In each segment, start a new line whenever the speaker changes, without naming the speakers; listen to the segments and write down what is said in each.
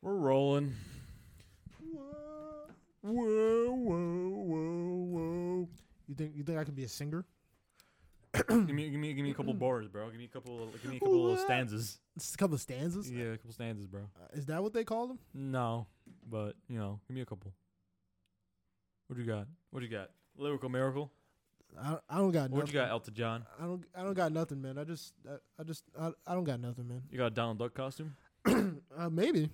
We're rolling.
Whoa, whoa, whoa, whoa, whoa. You think you think I can be a singer?
give me, give me, give me a couple bars, bro. Give me a couple, give me a couple little
What?
stanzas.
It's a couple of stanzas.
Yeah, a couple stanzas, bro.
Uh, Is that what they call them?
No, but you know, give me a couple. What you got? What you got? Lyrical miracle.
I, I don't got.
What
Nothing.
you got, Elton John?
I don't I don't got nothing, man. I just I, I just I, I don't got nothing, man.
You got a Donald Duck costume?
Uh, maybe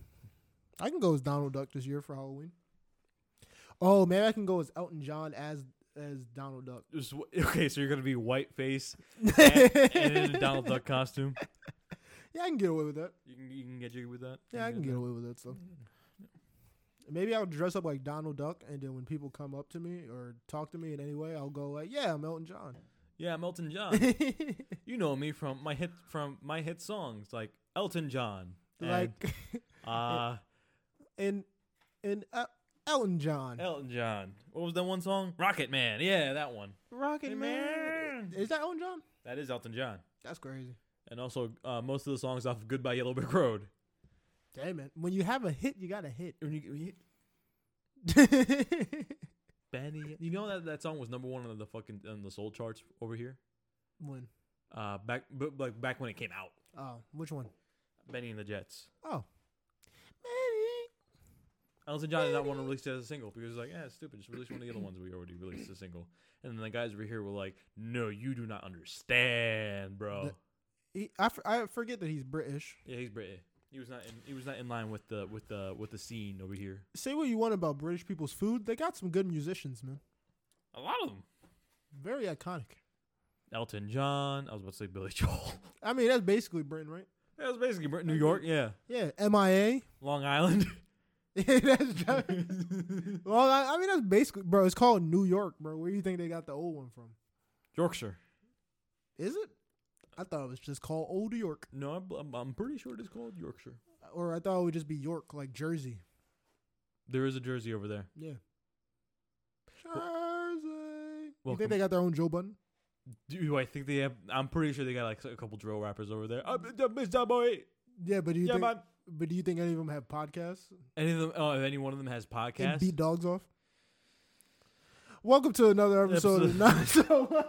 I can go as Donald Duck this year for Halloween. Oh, maybe I can go as Elton John as as Donald Duck.
Just w- Okay, so you're gonna be white face and, and in a Donald Duck costume.
Yeah, I can get away with that.
You can, you can get jiggy with that.
Yeah, I can get
that.
away with that stuff. Maybe I'll dress up like Donald Duck, and then when people come up to me or talk to me in any way, I'll go like, "Yeah, I'm Elton John."
Yeah, I'm Elton John. you know me from my hit from my hit songs like Elton John. and,
like
uh
and and uh, Elton John,
Elton John. What was that one song? Rocket Man. Yeah, that one.
Rocket
Hey, man.
Is that Elton John?
That is Elton John.
That's crazy.
And also uh, most of the songs off of Goodbye Yellow Brick Road.
Damn man, when you have a hit, you got a hit.
When you, when you- Benny, you know that that song was number one on the fucking on the soul charts over here.
when?
Uh, back but like back when it came out,
Oh, which one?
Benny and the Jets.
Oh,
Elton John did not want to release it as a single because he's like, yeah, it's stupid. Just release one of the other ones we already released as a single. And then the guys over here were like, no, you do not understand, bro.
The- he, I, f- I forget that he's British.
yeah, he's British. He was not in, he was not in line with the with the with the scene over here.
Say what you want about British people's food, they got some good musicians, man.
A lot of them.
Very iconic.
Elton John. I was about to say Billy Joel.
I mean, that's basically Britain, right?
that was basically Brit- New York. Yeah,
Yeah, MIA.
Long Island.
that's well, I, I mean, that's basically, bro. It's called New York, bro. Where do you think they got the old one from?
Yorkshire.
Is it? I thought it was just called Old York,
No, I'm, I'm, I'm pretty sure it is called Yorkshire.
or I thought it would just be York, like Jersey.
There is a jersey over there.
Yeah. Jersey. you
welcome.
think they got their own Joe Button?
Do I think they have? I'm pretty sure they got like a couple drill rappers over there. Uh, Mr. Boy,
Yeah, but do you
yeah,
think?
man.
But do you think any of them have podcasts?
Any of them? Oh, if any one of them has
And
podcasts.
beat dogs off. Welcome to another episode of Not So.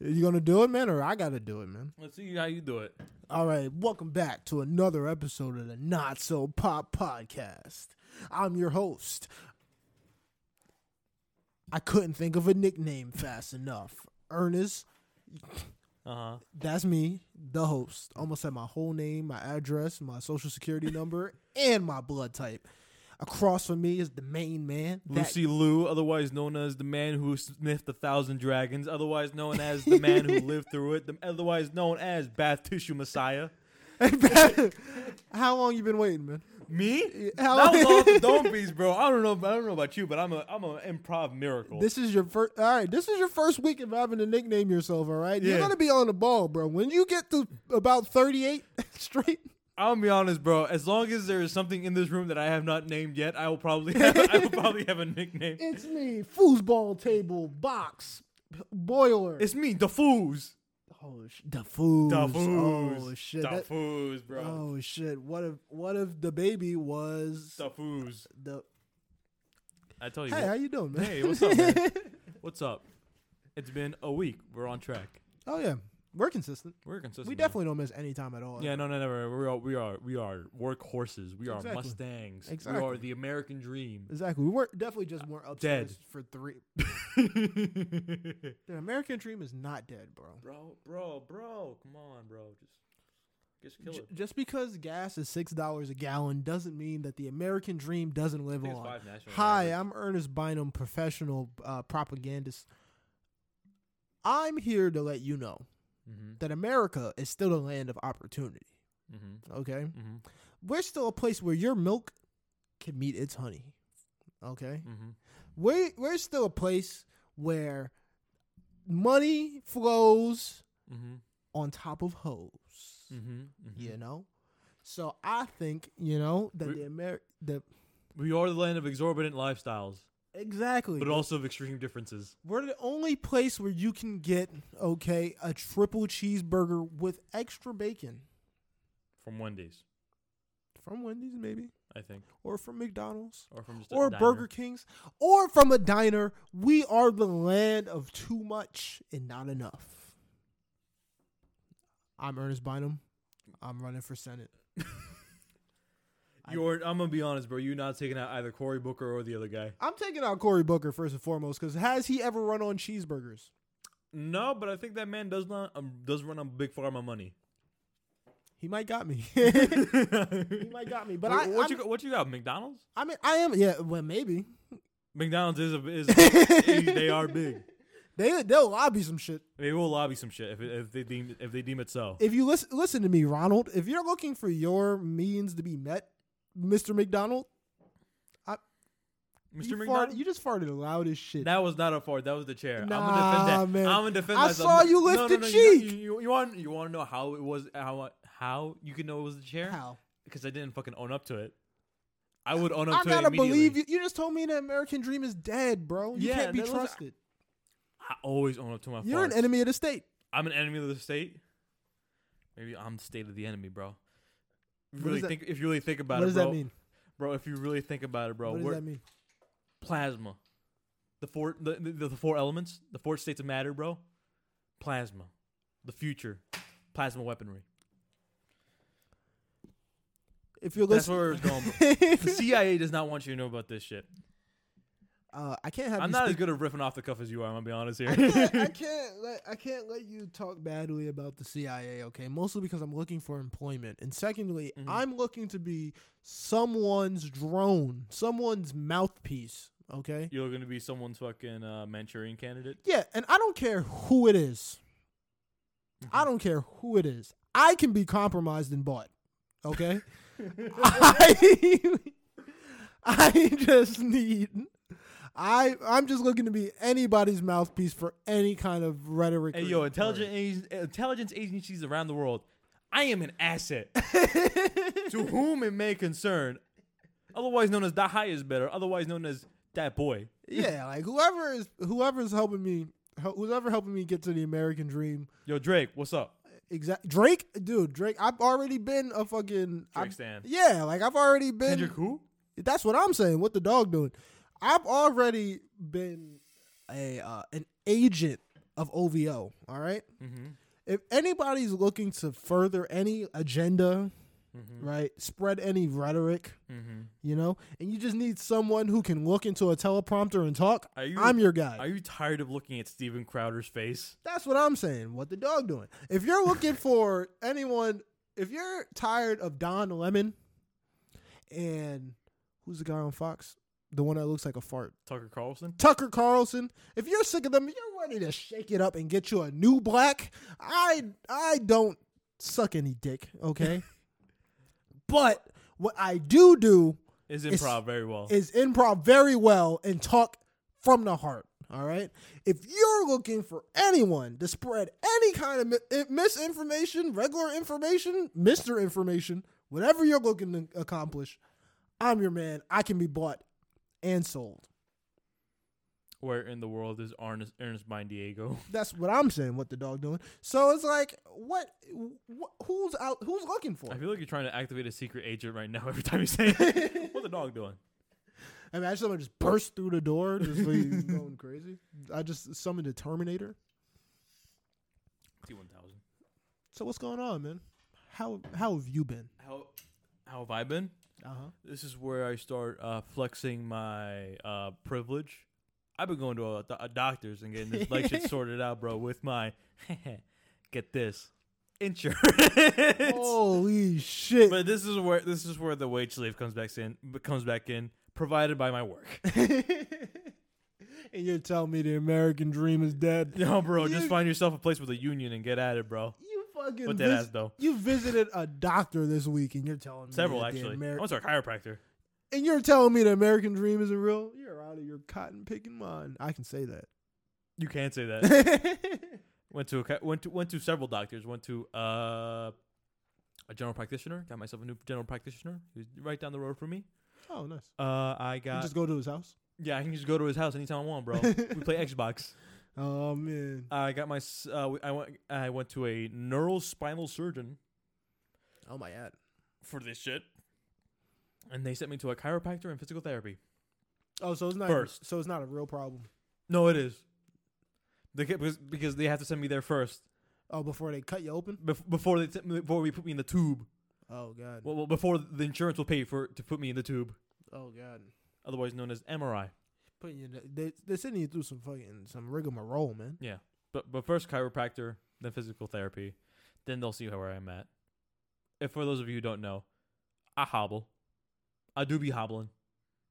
you gonna do it, man, or I gotta do it, man?
Let's see how you do it.
All right, welcome back to another episode of the Not So Pop Podcast. I'm your host. I couldn't think of a nickname fast enough. Ernest,
Uh huh.
that's me, the host. Almost had my whole name, my address, my social security number, and my blood type. Across from me is the main man. that-
Lucy Liu, otherwise known as the man who sniffed a thousand dragons, otherwise known as the man who lived through it, the, otherwise known as Bath Tissue Messiah.
How long you been waiting, man?
Me?
How-
that was all off the dome piece, bro. I don't know. I don't know about you, but I'm a I'm an improv miracle.
This is your first. All right, this is your first week of having to nickname yourself. All right, you're
Yeah.
gonna be on the ball, bro. When you get to about 38 straight,
I'll be honest, bro. As long as there is something in this room that I have not named yet, I will probably have, I will probably have a nickname.
it's me, foosball table box boiler.
It's me, the Foos.
oh, sh- the foos.
The Foos.
Oh shit.
The
that-
Foos, bro.
oh shit. What if what if the baby was
The Foos.
the?
I tell you.
Hey,
what-
how you doing, man?
Hey, what's up, man? what's up? It's been a week. We're on track.
Oh yeah, we're consistent.
We're consistent.
We
man.
definitely don't miss any time at all.
Yeah, no, no, never. We are, we are, we are workhorses. We are
Exactly.
mustangs. We
Exactly.
are the American dream.
Exactly. We weren't definitely just weren't upstairs
Dead.
for three.
bro,
The American dream is not dead, bro.
bro, bro. Come on, bro. Just, just kill
J-
it.
just because gas is six dollars a gallon doesn't mean that the American dream doesn't live
think it's
on.
five national
Hi,
average.
I'm Ernest Bynum, professional uh, propagandist. I'm here to let you know
Mm-hmm.
that America is still a land of opportunity.
Mm-hmm.
Okay,
Mm-hmm.
we're still a place where your milk can meet its honey. Okay,
Mm-hmm.
we're we're still a place where money flows
Mm-hmm.
on top of hoes.
Mm-hmm.
you know. So I think you know that
We-
the Amer the
We are the land of exorbitant lifestyles,
exactly
but also of extreme differences.
we're the only place where you can get okay a triple cheeseburger with extra bacon
from Wendy's,
From Wendy's, maybe,
I think,
or from McDonald's,
or from just a
or
diner.
Burger King's, or from a diner. We are the land of too much and not enough. I'm Ernest Bynum. I'm running for Senate. I-
You're, I'm gonna be honest, bro. You're not taking out either Cory Booker or the other guy.
I'm taking out Cory Booker first and foremost because has he ever run on cheeseburgers?
No, but I think that man does not um, does run on big pharma money.
He might got me.
he
he might got me. But I,
what
I'm-
you got- what you got? McDonald's.
I mean, I am. Yeah, well, maybe
McDonald's is a, is
they
they are big.
They they'll lobby some shit.
They will lobby some shit if, it- if they deem if they deem it so.
If you listen listen to me, Ronald. If you're looking for your means to be met, Mr. McDonald,
Mr.
you,
McDonald,
Fart, you just farted the loudest shit.
that was not a fart. That was the chair. I'm
Nah,
gonna defend that.
man.
I'm gonna defend
I
myself.
saw
No,
you
no,
lift
no,
a
you know-
cheek.
You, you, you want you want to know how it was how I- how you can know it was the chair?
How?
Because I didn't fucking own up to it. I would own up
I
to
gotta
it immediately.
believe you. You just told me the American dream is dead, bro. You
Yeah,
can't be
that was-
trusted.
I always own up to my.
You're an
farts.
enemy of the state.
I'm an enemy of the state. Maybe I'm the state of the enemy, bro.
What
Really
does that-
think if you really think about
what
it,
does
bro.
that mean?
Bro, if you really think about it, bro,
what does
we're
that mean?
plasma. The four the, the, the four elements, the four states of matter, bro. Plasma. The future. Plasma weaponry.
If you're
That's
listening,
where we're going. Bro. The CIA does not want you to know about this shit.
uh, I can't have.
I'm
you
not as
speak-
good at riffing off the cuff as you are, I'm gonna be honest
I
here.
can't, I can't let I can't let you talk badly about the CIA, okay? Mostly because I'm looking for employment. And secondly,
Mhm.
I'm looking to be someone's drone, someone's mouthpiece, okay?
You're gonna be someone's fucking uh, Manchurian candidate.
Yeah, and I don't care who it is. I don't care who it is. I can be compromised and bought. Okay? I, I just need I I'm just looking to be anybody's mouthpiece for any kind of rhetoric.
Hey
or
yo,
or-
intelligent ag- intelligence agencies around the world, I am an asset to whom it may concern, otherwise known as the highest bidder, otherwise known as that boy.
yeah, like whoever is whoever's helping me hel- whoever helping me get to the American dream.
Yo, Drake, what's up?
Exact Drake, dude, Drake, I've already been a fucking
Drake
I've-
Stan.
Yeah, like I've already been
Kendrick who?
That's what I'm saying. What the dog doing? I've already been a uh, an agent of OVO. All right.
Mm-hmm.
If anybody's looking to further any agenda,
Mm-hmm.
right, spread any rhetoric,
Mm-hmm.
you know, and you just need someone who can look into a teleprompter and talk,
Are you-
I'm your guy.
Are you tired of looking at Steven Crowder's face?
That's what I'm saying. What the dog doing? If you're looking for anyone, if you're tired of Don Lemon and who's the guy on Fox? The one that looks like a fart.
Tucker Carlson?
Tucker Carlson. If you're sick of them, you're ready to shake it up and get you a new black. I I don't suck any dick, okay? but what I do do
Is
It's-
improv very well.
is improv very well and talk from the heart. All right. If you're looking for anyone to spread any kind of mi- i- misinformation, regular information, Mister Information, whatever you're looking to accomplish, I'm your man. I can be bought and sold.
Where in the world is Ernest, Ernest Mine Diego?
That's what I'm saying. What the dog doing? So it's like, what? Wh- who's out? Who's looking for?
I feel like you're trying to activate a secret agent right now every time you say it. What's the dog doing?
Imagine someone just burst through the door, just like going crazy. I just summoned a Terminator.
T1000.
So what's going on, man? How how have you been?
How, how have I been?
Uh huh.
This is where I start uh, flexing my uh, privilege. I've been going to a, a doctor's and getting this leg shit sorted out, bro, with my get this insurance.
Oh, Holy shit!
But this is where this is where the wage leave comes back in. Comes back in, provided by my work.
and you're telling me the American dream is dead?
No, bro,
You-
just find yourself a place with a union and get at it, bro.
You fucking
Put that
vis-
ass though.
you visited a doctor this week, and you're telling me
Several
that the
actually.
Ameri-
I'm sorry, chiropractor.
and you're telling me the American dream isn't real? You're out of your cotton picking mind. I can say that.
You can't say that.
That's
went to a, chi- went to went to several doctors. Went to uh, a general practitioner. Got myself a new general practitioner. He was right down the road from me.
oh, nice.
Uh, I
You
got
just go to his house.
yeah. I can just go to his house anytime I want, bro. we play Xbox.
Oh man,
I got my s- uh, we- I went I went to a neurospinal surgeon.
Oh my god.
for this shit. And they sent me to a chiropractor and physical therapy.
Oh, so it's not
First.
so it's not a real problem.
No, it is. They get, because, because they have to send me there first
Oh, before they cut you open.
bef- before they sent me- before we put me in the tube.
Oh god.
Well, well, before the insurance will pay for to put me in the tube,
Oh god.
otherwise known as MRI.
Putting you they they're sending you through some fucking some rigmarole, man.
Yeah, but but first chiropractor, then physical therapy, then they'll see where I'm at. If for those of you who don't know, I hobble. I do be hobbling.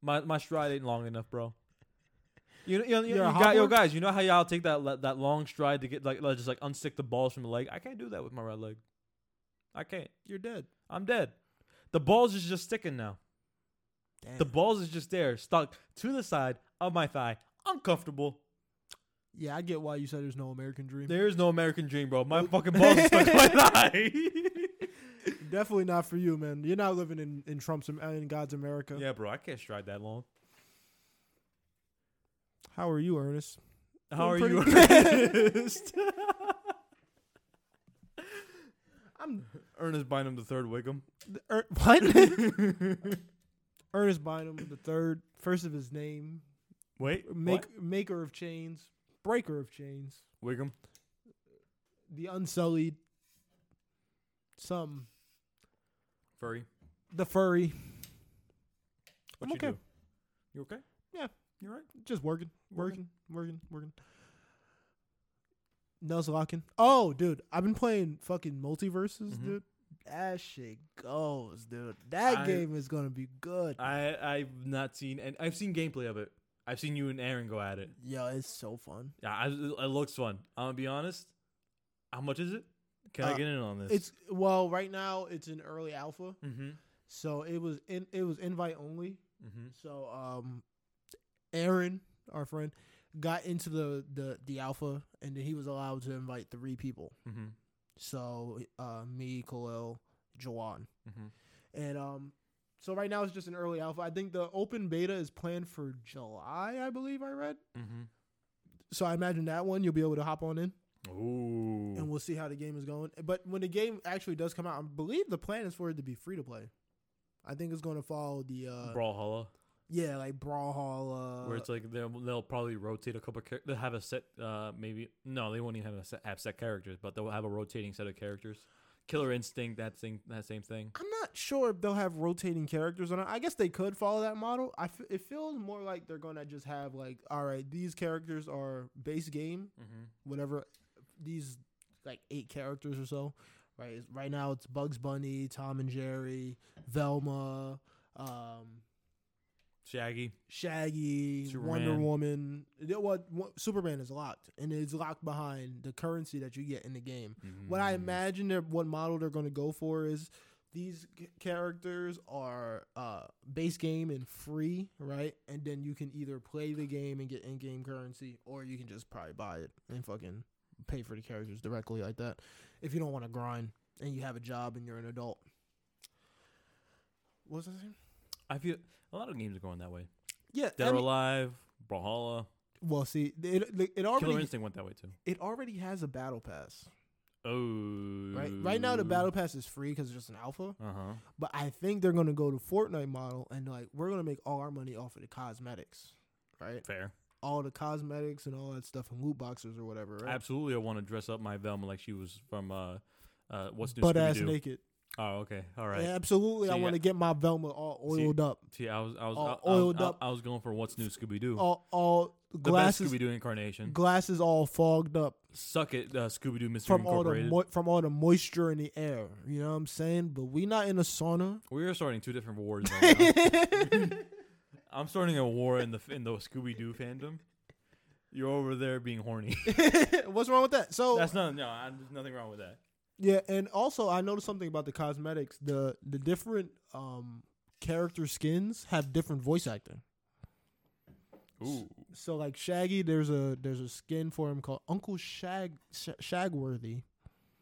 My my stride ain't long enough, bro. You know, you, know, you,
You're a
you got, yo
hobbler?
guys, you know how y'all take that le- that long stride to get like, like just like unstick the balls from the leg. I can't do that with my right leg. I can't.
You're dead.
I'm dead. The balls is just sticking now.
Damn.
The balls is just there, stuck to the side of my thigh. Uncomfortable.
yeah, I get why you said there's no American dream.
There is no American dream, bro. My fucking balls are stuck to my thigh.
Definitely not for you, man. You're not living in in Trump's in God's America.
yeah, bro. I can't stride that long.
How are you, Ernest?
How are
Doing
you? Ernest?
I'm
Ernest Bynum the third Wickham.
er, what? Ernest Bynum the third, first of his name,
Wait,
make
what?
maker of chains, breaker of chains,
Wickham.
the unsullied, some
Furry.
the furry,
What
I'm
you
okay.
do? You okay?
Yeah.
You all right?
just working, working,
Working.
working, working. Nels locking. Oh, dude, I've been playing fucking multiverses,
Mhm.
dude. That shit goes, dude. That
I-
game is gonna be good.
I I've not seen and I've seen gameplay of it. I've seen you and Aaron go at it.
Yo, it's so fun.
Yeah, I, it looks fun. I'm gonna be honest. How much is it? Can
Uh,
I get in on this?
It's well, right now it's in early alpha,
mm-hmm.
so it was in it was invite only.
Mm-hmm.
So um Aaron, our friend, got into the the the alpha and then he was allowed to invite three people.
Mm-hmm.
So uh me, Khalil, Jawan.
Mm-hmm.
And um so right now it's just an early alpha. I think the open beta is planned for July, I believe I read.
Mm-hmm.
So I imagine that one you'll be able to hop on in
Ooh.
and we'll see how the game is going. But when the game actually does come out, I believe the plan is for it to be free to play. I think it's going to follow the uh
Brawlhalla.
yeah, like Brawlhalla
where it's like they'll, they'll probably rotate a couple. Of char- they'll have a set. Uh, maybe no, they won't even have a set, have set characters, but they'll have a rotating set of characters. Killer Instinct, that thing, that same thing.
I'm not sure if they'll have rotating characters or not. I guess they could follow that model. I f- it feels more like they're gonna just have like, all right, these characters are base game,
Mm-hmm.
whatever. These like eight characters or so, right? It's- Right now it's Bugs Bunny, Tom and Jerry, Velma, um,
Shaggy.
Shaggy, Wonder
Superman.
Woman. What well, one- Superman is locked, and it's locked behind the currency that you get in the game. What
Mm.
I imagine they're, what model they're going to go for is these c- characters are uh, base game and free, right? And then you can either play the game and get in-game currency, or you can just probably buy it and fucking pay for the characters directly like that. If you don't want to grind and you have a job and you're an adult. What was I saying?
I feel a lot of games are going that way.
Yeah,
Dead
I
or
mean-
Alive, Brawlhalla,
well, see, it it- it
Killer
already
Instinct went that way too.
it already has a battle pass,
Oh,
right? Right now, the battle pass is free because it's just an alpha.
Uh huh.
But I think they're gonna go to Fortnite model and like we're gonna make all our money off of the cosmetics, right?
Fair.
All the cosmetics and all that stuff and loot boxes or whatever, right?
Absolutely, I want to dress up my Velma like she was from uh, uh, what's new
Butt ass
Scooby-Doo.
naked.
Oh, okay, all right.
Yeah, absolutely,
So
I
you
want to
got-
get my Velma all
See-
oiled up,
See, I was, I was,
All
I, I was-
oiled
I-
up.
I was going for what's new Scooby Doo.
all all
the best
glasses
Scooby Doo incarnation.
glasses all fogged up
Suck it, uh, Scooby Doo Mystery
from all the
Incorporated.
mo- from all the moisture in the air. You know what I'm saying? But we not in a sauna.
we are starting two different wars. Right now. I'm starting a war in the in the Scooby Doo fandom. You're over there being horny.
What's wrong with that? So
That's not no. I, there's nothing wrong with that.
Yeah, and also I noticed something about the cosmetics. The the different um character skins have different voice acting.
Ooh,
So like Shaggy, there's a there's a skin for him called Uncle Shag Sh- Shagworthy,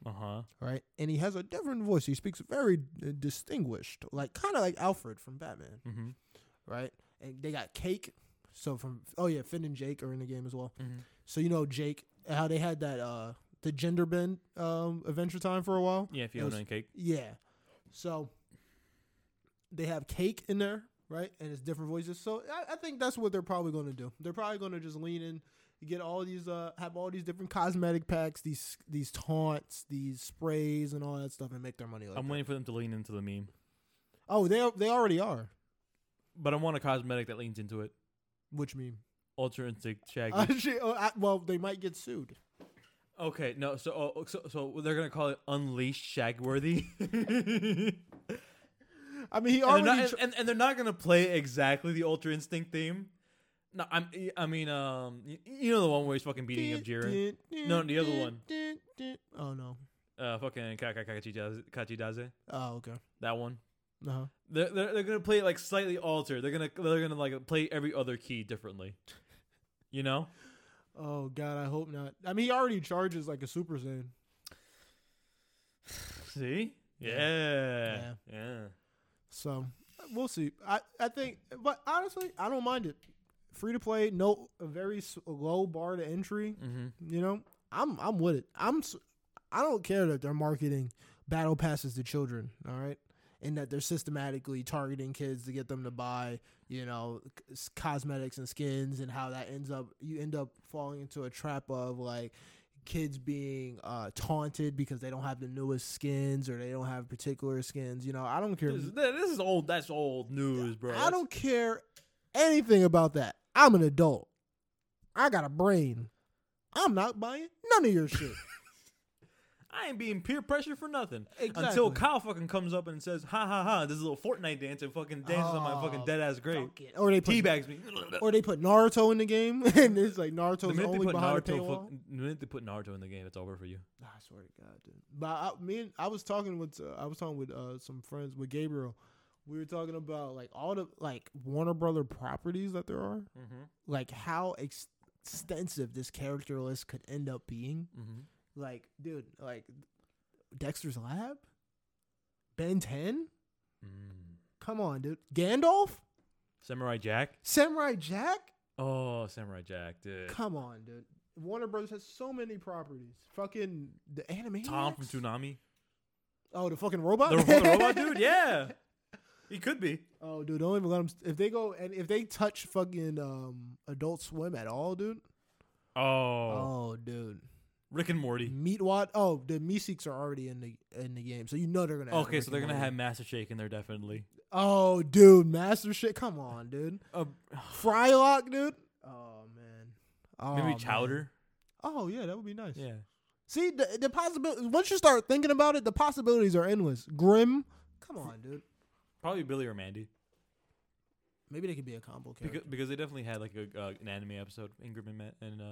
uh huh.
right? And he has a different voice. He speaks very uh, distinguished, like kind of like Alfred from Batman,
Mm-hmm.
right? And they got Cake, so from oh yeah, Finn and Jake are in the game as well.
Mhm.
So you know Jake, how they had that uh the gender bend um Adventure Time for a while.
Yeah, Fiona
was-
and Cake.
Yeah. So they have cake in there, right? And it's different voices. So I, I think that's what they're probably going to do. They're probably going to just lean in, get all these, uh, have all these different cosmetic packs, these these taunts, these sprays, and all that stuff, and make their money. Like
I'm
that.
waiting for them to lean into the meme,
Oh, they they already are.
but I want a cosmetic that leans into it.
Which meme?
Ultra Instinct Shaggy.
Actually, oh, I, well, they might get sued.
Okay, no, so oh, so, so they're gonna call it Unleashed Shagworthy,
I mean,
and,
he
they're
already.
not, and,
tr-
and, and they're not gonna play exactly the Ultra Instinct theme. No, I'm I mean um y- you know the one where he's fucking beating up Jiren, No, the other one.
Oh no.
uh fucking Kachidaze,
Oh okay.
that one.
Uh huh.
They're, they're they're gonna play it like slightly altered. They're gonna they're gonna like play every other key differently. You know,
Oh god, I hope not. I mean, he already charges like a Super Saiyan.
see, yeah, yeah.
Yeah. So we'll see. I, I think, but honestly, I don't mind it. Free to play, no, a very s- low bar to entry.
Mm-hmm.
You know, I'm I'm with it. I'm s- I don't care that they're marketing battle passes to children. All right. And that they're systematically targeting kids to get them to buy, you know, c- s- cosmetics and skins, and how that ends up, you end up falling into a trap of like kids being uh, taunted because they don't have the newest skins or they don't have particular skins. You know, I don't care.
This, is- this is old. That's old news, bro.
I don't care anything about that. I'm an adult. I got a brain. I'm not buying none of your shit.
I ain't being peer pressure for nothing.
Exactly.
Until Kyle fucking comes up and says, ha ha ha, this is a little Fortnite dance and fucking dances on my
Oh,
fucking dead ass grave.
Fuck it. Or they put
Teabags me.
or they put Naruto in the game and it's like
The
Naruto's
minute, they
only
put
behind a
Naruto
paywall.
fuck, the minute they put Naruto in the game, it's over for you.
Nah, I swear to God, dude. But I, me and I was talking with uh, I was talking with uh, some friends with Gabriel. We were talking about like all the like Warner Brother properties that there are,
Mm-hmm.
like how ex- extensive this character list could end up being.
Mm-hmm.
Like, dude, like Dexter's Lab, Ben Ten.
Mm.
Come on, dude. Gandalf,
Samurai Jack?
Samurai Jack.
Oh, Samurai Jack, dude.
Come on, dude. Warner Brothers has so many properties. Fucking the anime.
Tom from Toonami.
Oh, the fucking robot.
The, the robot dude? Yeah. He could be.
Oh, dude, don't even let them. If they go and if they touch fucking um Adult Swim at all, dude.
Oh.
Oh, dude.
Rick and Morty.
Meat Wat. Oh, the Meeseeks are already in the in the game, so you know they're gonna. have
Okay, so
Rick
they're
and
going to have
Morty.
Master Shake in there, definitely.
Oh, dude, Master shit. Come on, dude.
Uh,
Frylock, dude. Oh man. Oh,
maybe
man.
Chowder?
Oh yeah, that would be nice.
Yeah.
See the the possibility. Once you start thinking about it, the possibilities are endless. Grim. Come on, dude.
Probably Billy or Mandy.
Maybe they could be a combo character.
Because, because they definitely had like a, uh, an anime episode, Ingrid and, Ma- and uh,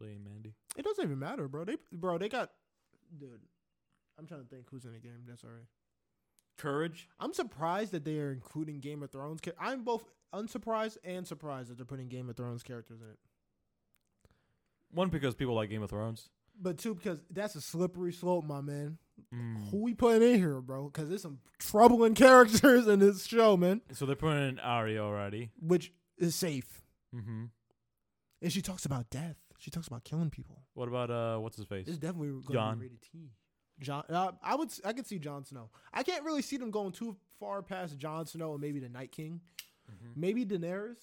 Billy and Mandy.
It doesn't even matter, bro. They bro, they got dude. I'm trying to think who's in the game. That's alright.
Courage.
I'm surprised that they are including Game of Thrones. Char- I'm both unsurprised and surprised that they're putting Game of Thrones characters in it.
One because people like Game of Thrones.
But two, because that's a slippery slope, my man.
Mm.
Who we putting in here, bro? Because there's some troubling characters in this show, man.
So they're putting in Ari already.
Which is safe.
Mm-hmm.
And she talks about death. She talks about killing people.
What about uh, what's his face?
It's definitely going to
Jon.
be rated T. John, uh, I would, s- I could see Jon Snow. I can't really see them going too far past Jon Snow and maybe the Night King,
Mhm.
maybe Daenerys,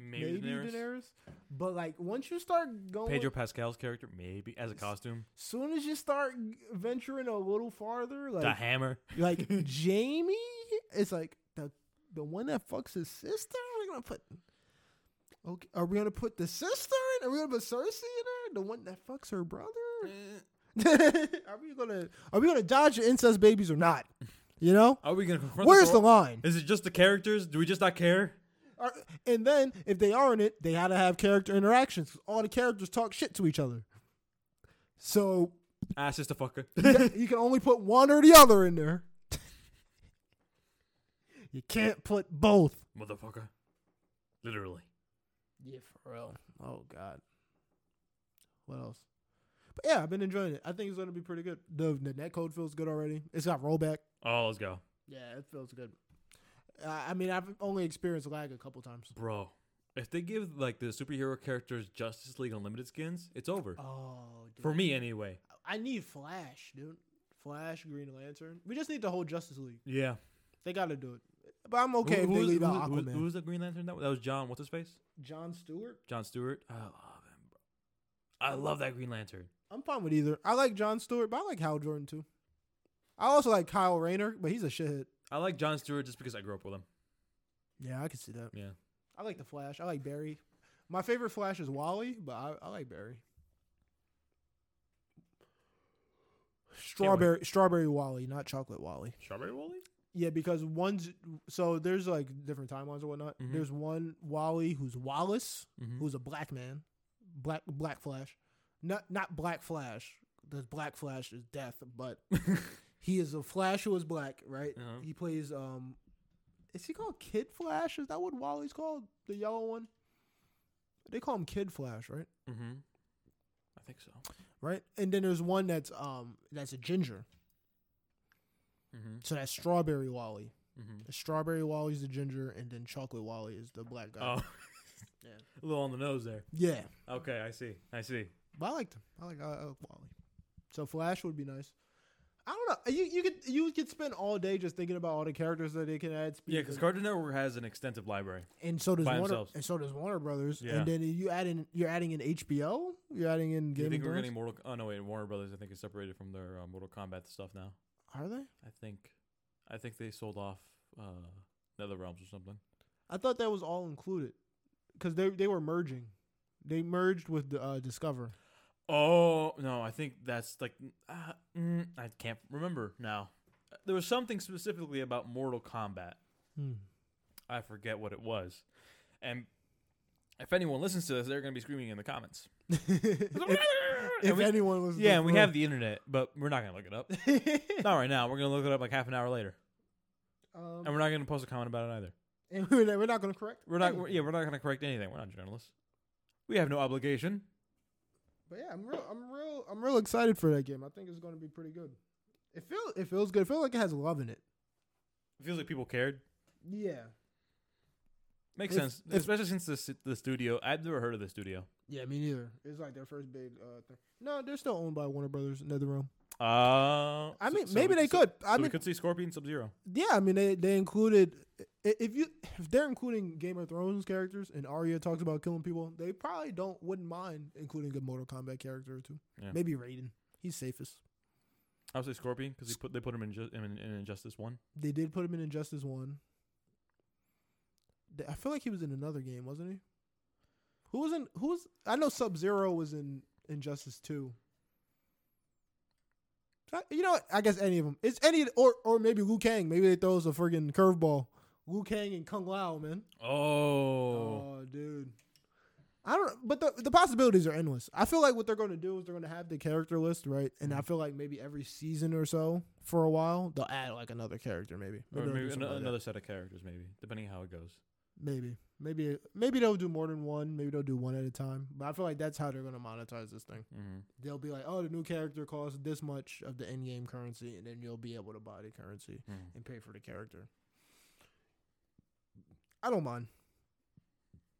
Mm-hmm. maybe, Daenerys. But like once you start going,
Pedro Pascal's character, maybe as a costume.
soon as you start venturing a little farther,
the
like
hammer.
like Jamie, it's like the the one that fucks his sister. We're gonna put. Okay, are we gonna put the sister? in? Are we gonna put Cersei in there? The one that fucks her brother? are we gonna are we gonna dodge the incest babies or not? You know,
Are we gonna confront?
where's
this
the
or-
line?
Is it just the characters? Do we just not care?
Are, and then if they are in it, they gotta have character interactions. 'cause All the characters talk shit to each other, so
Ass is the fucker.
you can only put one or the other in there. you can't put both.
Motherfucker. Literally.
Yeah, for real. Oh God. What else? But yeah, I've been enjoying it. I think it's gonna be pretty good. The the net code feels good already. It's got rollback.
Oh, let's go,
Yeah, it feels good. Uh, I mean, I've only experienced lag a couple times.
bro. If they give like the superhero characters Justice League Unlimited skins, it's over
Oh, dude.
for me anyway.
I need Flash, dude. Flash, Green Lantern. We just need the whole Justice League.
Yeah.
They got to do it. But I'm okay
who,
if they
was,
leave
who,
out
who,
Aquaman.
who was the Green Lantern? That, that was John. What's his face?
John Stewart.
John Stewart. I love him, bro. I love that Green Lantern.
I'm fine with either. I like John Stewart, but I like Hal Jordan too. I also like Kyle Rayner, but he's a shithead.
I like John Stewart just because I grew up with him.
Yeah, I can see that.
Yeah.
I like the Flash. I like Barry. My favorite Flash is Wally, but I, I like Barry. Strawberry, strawberry Wally, not chocolate Wally.
Strawberry Wally?
Yeah, because one's so there's like different timelines or whatnot.
Mhm.
There's one Wally who's Wallace,
Mm-hmm.
who's a black man, black Black Flash, not not Black Flash. The Black Flash is death, but
Mm-hmm.
he is a Flash who is black, right?
Uh-huh.
He plays um, is he called Kid Flash? Is that what Wally's called? The yellow one. They call him Kid Flash, right?
mm-hmm. I think so.
Right. And then there's one that's um that's a ginger,
Mm-hmm.
so that's Strawberry Wally.
Mm-hmm.
The Strawberry Wally's the ginger, and then Chocolate Wally is the black guy.
Oh.
Yeah.
A little on the nose there.
Yeah,
Okay, I see. I see.
but I liked him. I like I, I like Wally. So Flash would be nice. I don't know. You you could you could spend all day just thinking about all the characters that they can add. Speed
Yeah, because
and-
Cartoon Network has an extensive library.
and so does
by
Warner
themselves.
and so does Warner Brothers.
Yeah.
And then you add in you're adding in HBO. You're adding in
Do you
Game of
think we're
Thrones.
getting Mortal? Oh no, wait. Warner Brothers, I think, is separated from their uh, Mortal Kombat stuff now.
Are they?
I think, I think they sold off uh, Nether Realms or something.
I thought that was all included because they they were merging. They merged with the, uh, Discover.
Oh no, I think that's like uh, mm, I can't remember now. There was something specifically about Mortal Kombat.
Hmm.
I forget what it was, and if anyone listens to this, they're going to be screaming in the comments.
if,
And
if
we-
anyone was
yeah, and we have the internet, but we're not going to look it up. not right now. We're going to look it up like half an hour later,
um,
and we're not going to post a comment about it either.
and we're not, we're not going to correct.
We're not.
anything.
We're, yeah, we're not going to correct anything. We're not journalists. We have no obligation.
But yeah, I'm real. I'm real. I'm real excited for that game. I think it's going to be pretty good. It feels. It feels good. It feels like it has love in it.
It feels like people cared.
Yeah.
Makes
If-
sense,
if-
especially since the the studio. I've never heard of the studio.
Yeah, me neither. It's like their first big uh, thing. No, they're still owned by Warner Brothers. NetherRealm.
Uh,
I
so-
mean,
so
maybe
we-
they
so-
could. I
so we
mean,
could see Scorpion Sub Zero.
yeah, I mean, they, they included i- if you if they're including Game of Thrones characters and Arya talks about killing people, they probably don't wouldn't mind including a Mortal Kombat character or two.
Yeah.
Maybe Raiden. He's safest.
I would say Scorpion because put they put him in, ju- in in Injustice One.
They did put him in Injustice One. Th- I feel like he was in another game, wasn't he? Who was in? Who was? I know Sub Zero was in Injustice Two. I- You know, what? I guess any of them. It's any or or maybe Liu Kang. Maybe they throws a friggin' curveball. Liu Kang and Kung Lao, man.
Oh,
Oh, dude. I don't. But the the possibilities are endless. I feel like what they're going to do is they're going to have the character list, right? And
Mm.
I feel like maybe every season or so for a while they'll add like another character, maybe.
or
they'll do
maybe an-
something like that.
another set of characters, maybe depending on how it goes.
Maybe. Maybe maybe they'll do more than one. Maybe they'll do one at a time. But I feel like that's how they're gonna monetize this thing.
Mm-hmm.
They'll be like, oh, the new character costs this much of the in-game currency, and then you'll be able to buy the currency and pay for the character. I don't mind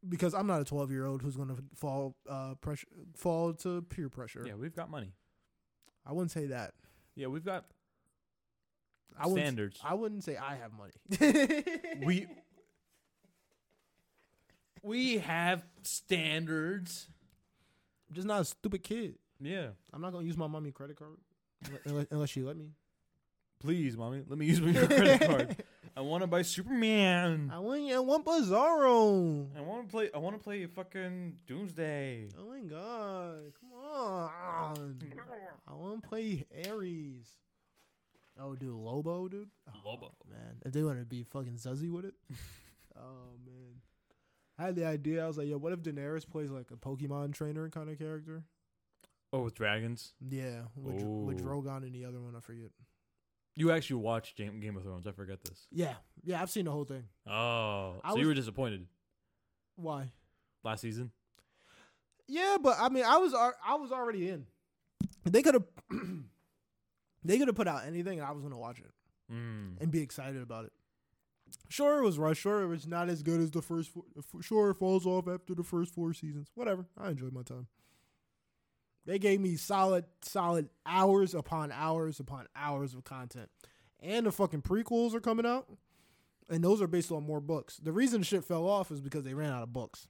because I'm not a 12 year old who's gonna fall uh pressure fall to peer pressure.
Yeah, we've got money.
I wouldn't say that.
Yeah, we've got
I wouldn't.
standards.
I wouldn't say I have money.
we we have standards.
I'm just not a stupid kid.
Yeah,
I'm not gonna use my mommy credit card unless, unless she let me.
please, mommy, let me use my credit card. I want to buy Superman.
I want I want Bizarro.
I want to play. I want to play fucking Doomsday.
Oh my god! Come on! I want to play Aries. Oh, dude, Lobo, dude. Oh,
Lobo.
man. If they want to be fucking zuzzy with it, oh man. I had the idea. I was like, yo, what if Daenerys plays like a Pokemon trainer kind of character?
Oh, with dragons.
Yeah, with, Dr- with
Ooh.
Drogon and the other one, I forget.
You actually watched Game, Game of Thrones. I forget this.
Yeah, yeah, I've seen the whole thing.
Oh,
I
so
was-
you were disappointed
Why?
last season?
Yeah, but I mean, I was al- I was already in. They could have they could have put out anything, and I was gonna watch it
Mm.
and be excited about it. Sure, it was rushed. Sure, it was not as good as the first. Four, f- sure, it falls off after the first four seasons. Whatever, I enjoyed my time. They gave me solid, solid hours upon hours upon hours of content. And the fucking prequels are coming out. And those are based on more books. The reason shit fell off is because they ran out of books.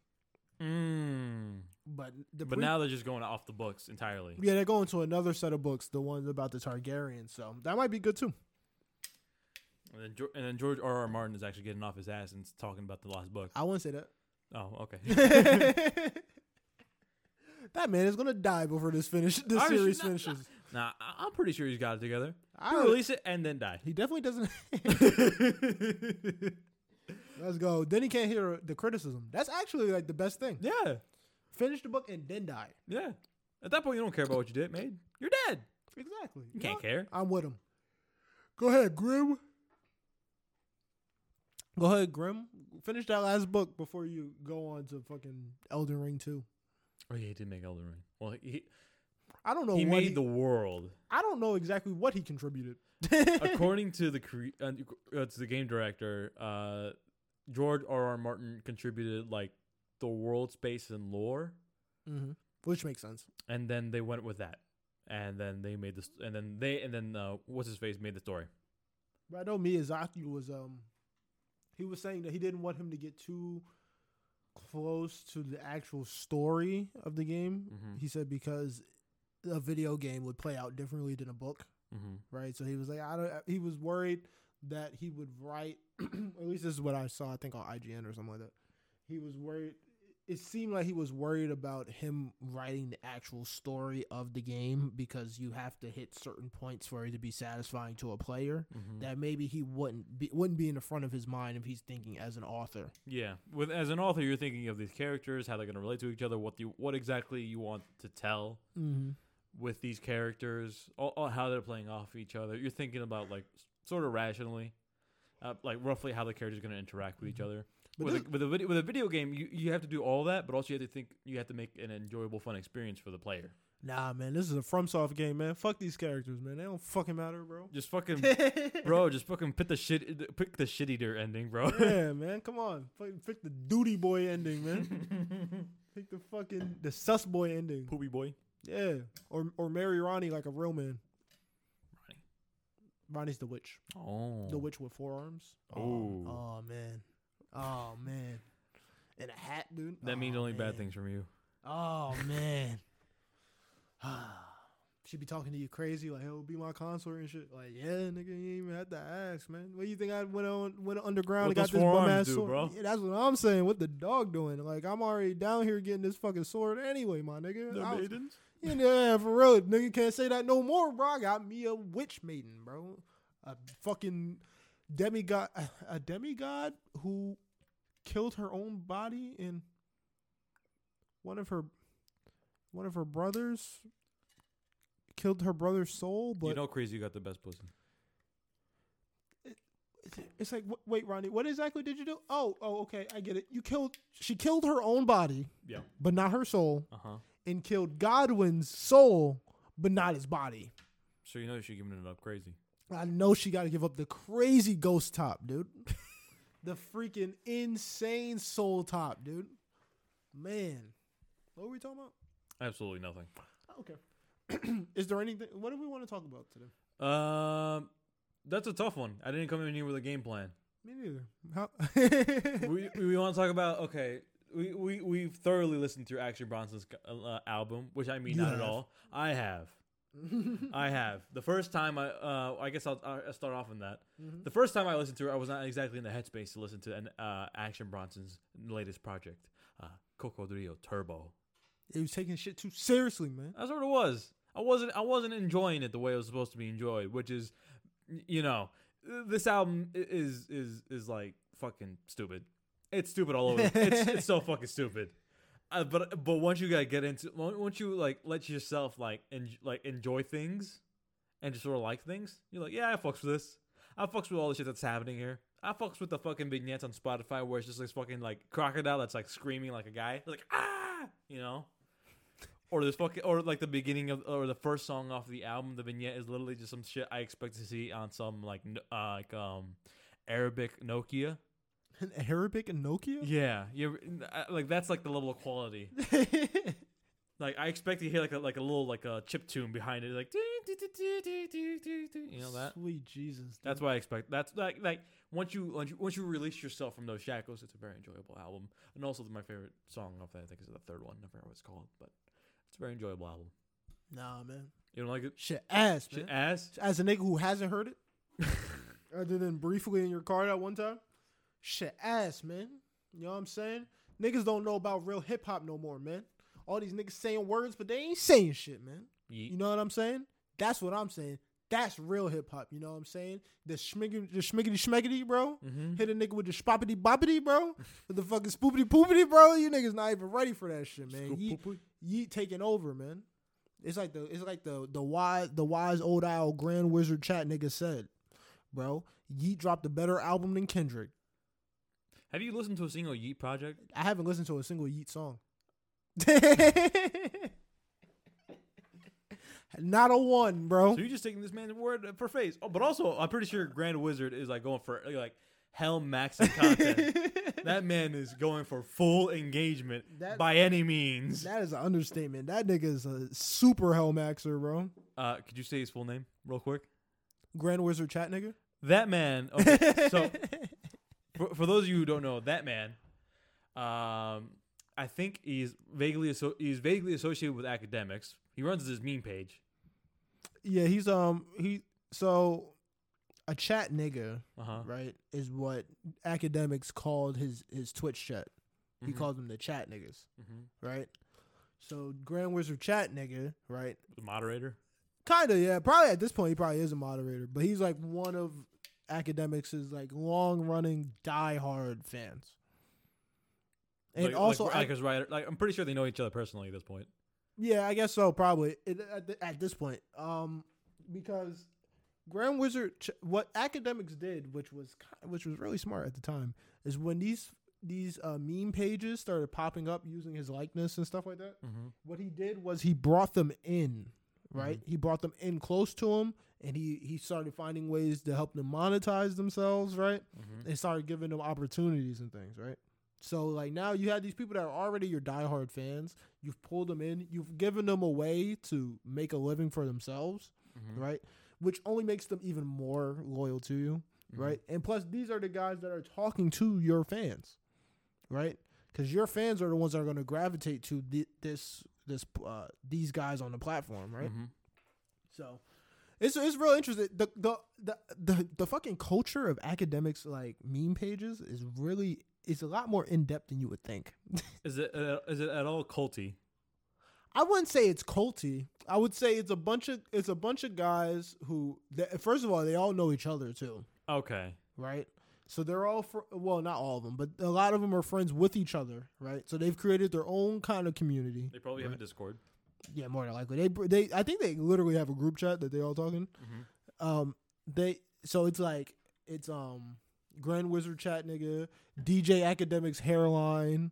Mm.
But the
But
pre-
now they're just going off the books entirely.
yeah, they're going to another set of books, the ones about the Targaryens. So that might be good too.
And then, Geor- and then George R. R. Martin is actually getting off his ass and talking about the last book.
I wouldn't say that.
Oh, okay.
that man is gonna die before this finish. This
I was-
series
nah, nah.
finishes.
nah, I- I'm pretty sure he's got it together.
I
He'll
would-
release it and then die.
He definitely doesn't. Let's go. Then he can't hear the criticism. That's actually like the best thing.
yeah,
Finish the book and then die.
yeah. At that point, you don't care about what you did, man. You're dead.
Exactly.
You can't care.
I'm with him. Go ahead, Grim. Go ahead, Grim. Finish that last book before you go on to fucking Elden Ring 2.
Oh yeah, he did make Elden Ring. Well, he
I don't know
he
what
made
he,
the world.
I don't know exactly what he contributed.
According to the cre- uh, uh, to the game director, uh, George R. R. Martin contributed like the world space and lore,
hmm Which makes sense.
and then they went with that, and then they made this, and then they, and then uh, what's his face made the story.
But I know Miyazaki was um he was saying that he didn't want him to get too close to the actual story of the game.
Mhm.
He said because a video game would play out differently than a book,
Mm-hmm.
right? So he was like I don't he was worried that he would write at least this is what I saw I think on IGN or something like that. He was worried it seemed like he was worried about him writing the actual story of the game because you have to hit certain points for it to be satisfying to a player
Mm-hmm.
that maybe he wouldn't be wouldn't be in the front of his mind if he's thinking as an author.
Yeah, with as an author, you're thinking of these characters, how they're going to relate to each other, what you what exactly you want to tell
Mm-hmm.
with these characters, all, all how they're playing off each other. You're thinking about like s- sort of rationally, uh, like roughly how the characters going to interact with each other.
Mm-hmm. But
with,
this-
a, with a video, with a video game, you, you have to do all that, but also you have to think you have to make an enjoyable, fun experience for the player.
Nah, man, this is a FromSoft game, man. Fuck these characters, man. They don't fucking matter, bro.
Just fucking, bro, just fucking pick the shit, pick the shit eater ending, bro.
yeah, man. Come on, Fucking pick the duty boy ending, man. pick the fucking the sus boy ending.
Poopy boy.
Yeah, or or marry Ronnie like a real man. Ronnie's the witch.
Oh,
The witch with four arms.
Ooh.
Oh, oh, man. Oh man. And a hat, dude.
that means
Oh,
only bad
man.
things from you.
Oh man. she be talking to you crazy, like, "He'll be my consort and shit." Like, yeah, nigga, you ain't even had to ask, man. What do you think I went on went underground
What
and
those
got this bum
forearms
ass
do,
sword?
bro?
Yeah, that's what I'm saying. What the dog doing? Like, I'm already down here getting this fucking sword anyway, my nigga. I was- yeah, yeah, for real, nigga can't say that no more, bro. I got me a witch maiden, bro. A fucking demigod, a demigod who killed her own body and one of her one of her brothers killed her brother's soul. But
you know, crazy, you got the best pussy.
it's like, wh- wait, Ronnie, what exactly did you do? Oh, oh, okay, I get it. You killed. She killed her own body,
Yeah.
but not her soul,
Uh huh.
and killed Godwin's soul, but not his body.
So you know she's giving it up crazy.
I know she got to give up the crazy ghost top, dude. the freaking insane soul top, dude. Man, what were we talking about?
Absolutely nothing.
Okay. Is there anything? What do we want to talk about today?
Um, that's a tough one. I didn't come in here with a game plan.
Me neither. How?
we we want to talk about okay. We we we've thoroughly listened through Action Bronson's uh, album, which I mean
You
not
have.
at all. I have. I have. The first time I, uh, I guess I'll, I'll start off on that.
Mm-hmm.
The first time I listened to it, I was not exactly in the headspace to listen to an, uh, Action Bronson's latest project, uh, Cocodrillo Turbo.
it was taking shit too seriously, man.
That's what it was. I wasn't I wasn't enjoying it the way it was supposed to be enjoyed, which is y- you know, this album i- is is is like fucking stupid. It's stupid all over. it's it's so fucking stupid. Uh, but but once you gotta get into on- once you like let yourself like en- like enjoy things and just sort of like things, you're like, yeah, I fucks with this. I fucks with all the shit that's happening here. I fucks with the fucking vignettes on Spotify where it's just this fucking like crocodile that's like screaming like a guy, like ah, you know, or this fucking or like the beginning of or the first song off the album. The vignette is literally just some shit I expect to see on some like n- uh, like um Arabic Nokia.
An Arabic and Nokia.
uh, Yeah, you ever- I- like that's like the level of quality. Like I expect to hear like a, like a little like a chip tune behind it, like "Doo-doo-doo-doo-doo-doo-doo," you know that.
Sweet Jesus. Dude.
That's what I expect. That's like like once you once you, once you release yourself from those shackles, it's a very enjoyable album, and also my favorite song off that I think is the third one. I forget what it's called, but it's a very enjoyable album.
Nah, man.
You don't like it?
Shit ass,
Shit
man.
ass.
As a nigga who hasn't heard it, other than briefly in your car that one time, shit ass, man. You know what I'm saying? Niggas don't know about real hip hop no more, man. All these niggas saying words, but they ain't saying shit, man. You know what I'm saying? That's what I'm saying. That's real hip hop. You know what I'm saying? The schmiggity, the schmiggity schmeggity, bro.
Mm-hmm.
Hit a nigga with the spoppity boppity, bro. With the fucking spoopity poopity, bro. You niggas not even ready for that shit, man. Yeet, Yeet taking over, man. It's like the it's like the the wise the wise old owl grand wizard chat nigga said, bro. Yeet dropped a better album than Kendrick.
Have you listened to a single Yeet project?
I haven't listened to a single Yeet song. Not a one, bro.
So you're just taking this man's word for face. Oh, but also, I'm pretty sure Grand Wizard is like going for like hell maxing content. that man is going for full engagement
That-
by any means.
That is an understatement. That nigga is a super hellmaxer, bro.
uh, could you say his full name real quick?
Grand Wizard chat nigga.
That man. Okay, so for, for those of you who don't know, that man, um, I think he's vaguely asso- he's vaguely associated with academics. He runs this meme page.
Yeah, he's um he so a chat nigga,
Uh huh.
right, is what academics called his his Twitch chat. He
Mhm.
called them the chat niggas,
hmm
right? So Grand Wizard chat nigga, right?
The moderator.
Kinda, yeah. Probably at this point he probably is a moderator, but he's like one of academics' like long running diehard fans. And
like,
also
like,
ac-
like his writer. Like I'm pretty sure they know each other personally at this point.
Yeah, I guess so. Probably it, at, th- at this point, um, because Grand Wizard, ch- what academics did, which was ki- which was really smart at the time, is when these these uh, meme pages started popping up using his likeness and stuff like that.
Mm-hmm.
What he did was he brought them in, right? He brought them in close to him, and he he started finding ways to help them monetize themselves, right?
Mm-hmm.
they started giving them opportunities and things, right? So like now you have these people that are already your diehard fans. You've pulled them in. You've given them a way to make a living for themselves,
Mhm.
right? Which only makes them even more loyal to you, right? And plus, these are the guys that are talking to your fans, right? Because your fans are the ones that are going to gravitate to thi- this this uh, these guys on the platform, right?
Mhm.
So it's it's real interesting. The the the the, the fucking culture of academics like meme pages is really is a lot more in depth than you would think.
Is it uh, is it at all culty?
I wouldn't say it's culty. I would say it's a bunch of it's a bunch of guys who that, first of all they all know each other too,
Okay.
right? So they're all fr- well, not all of them, but a lot of them are friends with each other, right? So they've created their own kind of community.
They probably have a Discord.
Yeah, more than likely. They br- they I think they literally have a group chat that they all talking.
Mhm.
Um, they so it's like it's um Grand Wizard chat nigga, DJ Academics hairline,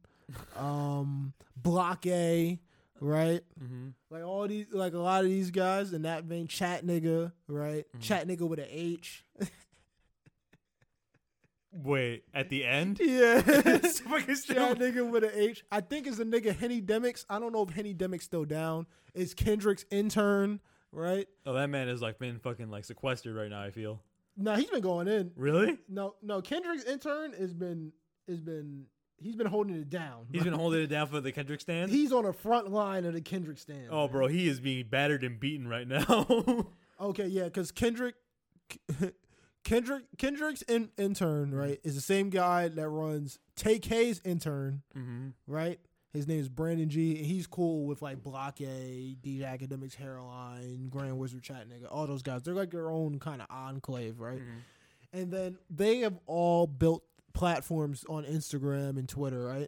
um Block A, right?
Mm-hmm.
Like all these like a lot of these guys in that vein, chat nigga, right? Chat nigga with a H.
Wait, at the end?
Yeah.
It's fucking
Chat
stupid.
nigga with a H. I think it's a nigga Henny Demics. I don't know if Henny Demics still down. It's Kendrick's intern, right?
oh, that man is like been fucking like sequestered right now. I feel.
No, he's been going in.
Really?
No, no, Kendrick's intern has been has been he's been holding it down.
He's been holding it down for the Kendrick stand.
He's on the front line of the Kendrick stand.
oh, bro, he is being battered and beaten right now.
Okay, yeah, because Kendrick, Kendrick, Kendrick's in, intern, right, is the same guy that runs Take K's intern,
mm-hmm.
right? His name is Brandon G. And he's cool with like Block A, DJ Academics, Hairline, Grand Wizard Chat, nigga, all those guys. They're like their own kind of enclave, right?
Mm-hmm.
And then they have all built platforms on Instagram and Twitter, right?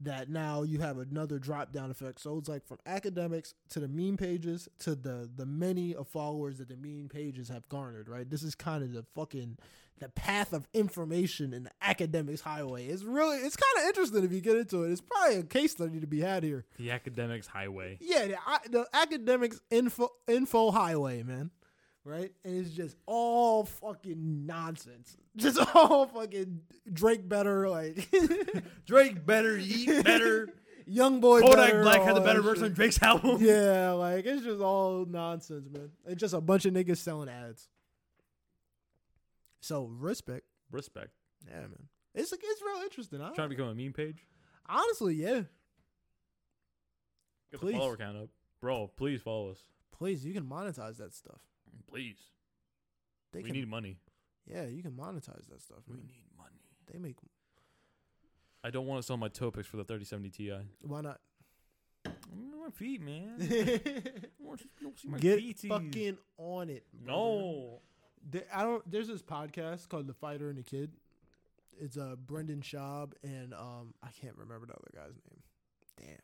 that now you have another drop down effect. So it's like from academics to the meme pages to the the many of followers that the meme pages have garnered, right? This is kind of the fucking the path of information in the academics highway. It's really it's kind of interesting if you get into it. It's probably a case study to be had here.
The academics highway.
Yeah, the, I, the academics info info highway, man. Right? And it's just all fucking nonsense. Just all fucking Drake better like
Drake better, eat better.
Young boy.
Kodak
better,
Black
all
had the
that
better
shit.
verse on Drake's album.
Yeah, like it's just all nonsense, man. It's just a bunch of niggas selling ads. So respect.
Respect.
Yeah, man. It's like it's real interesting. I,
Trying to become a meme page.
honestly, yeah.
Get
Please.
the follower count up, bro. Please follow us.
Please, you can monetize that stuff.
Please.
They
we
can,
need money.
yeah, you can monetize that stuff.
We
Man.
need money.
They make
I don't want to sell my Topix for the 3070 Ti.
why not?
Mm, My feet, man.
Get fucking on it. brother.
no.
There- I don't. There's this podcast called The Fighter and the Kid. It's uh Brendan Schaub and um I can't remember the other guy's name. Damn.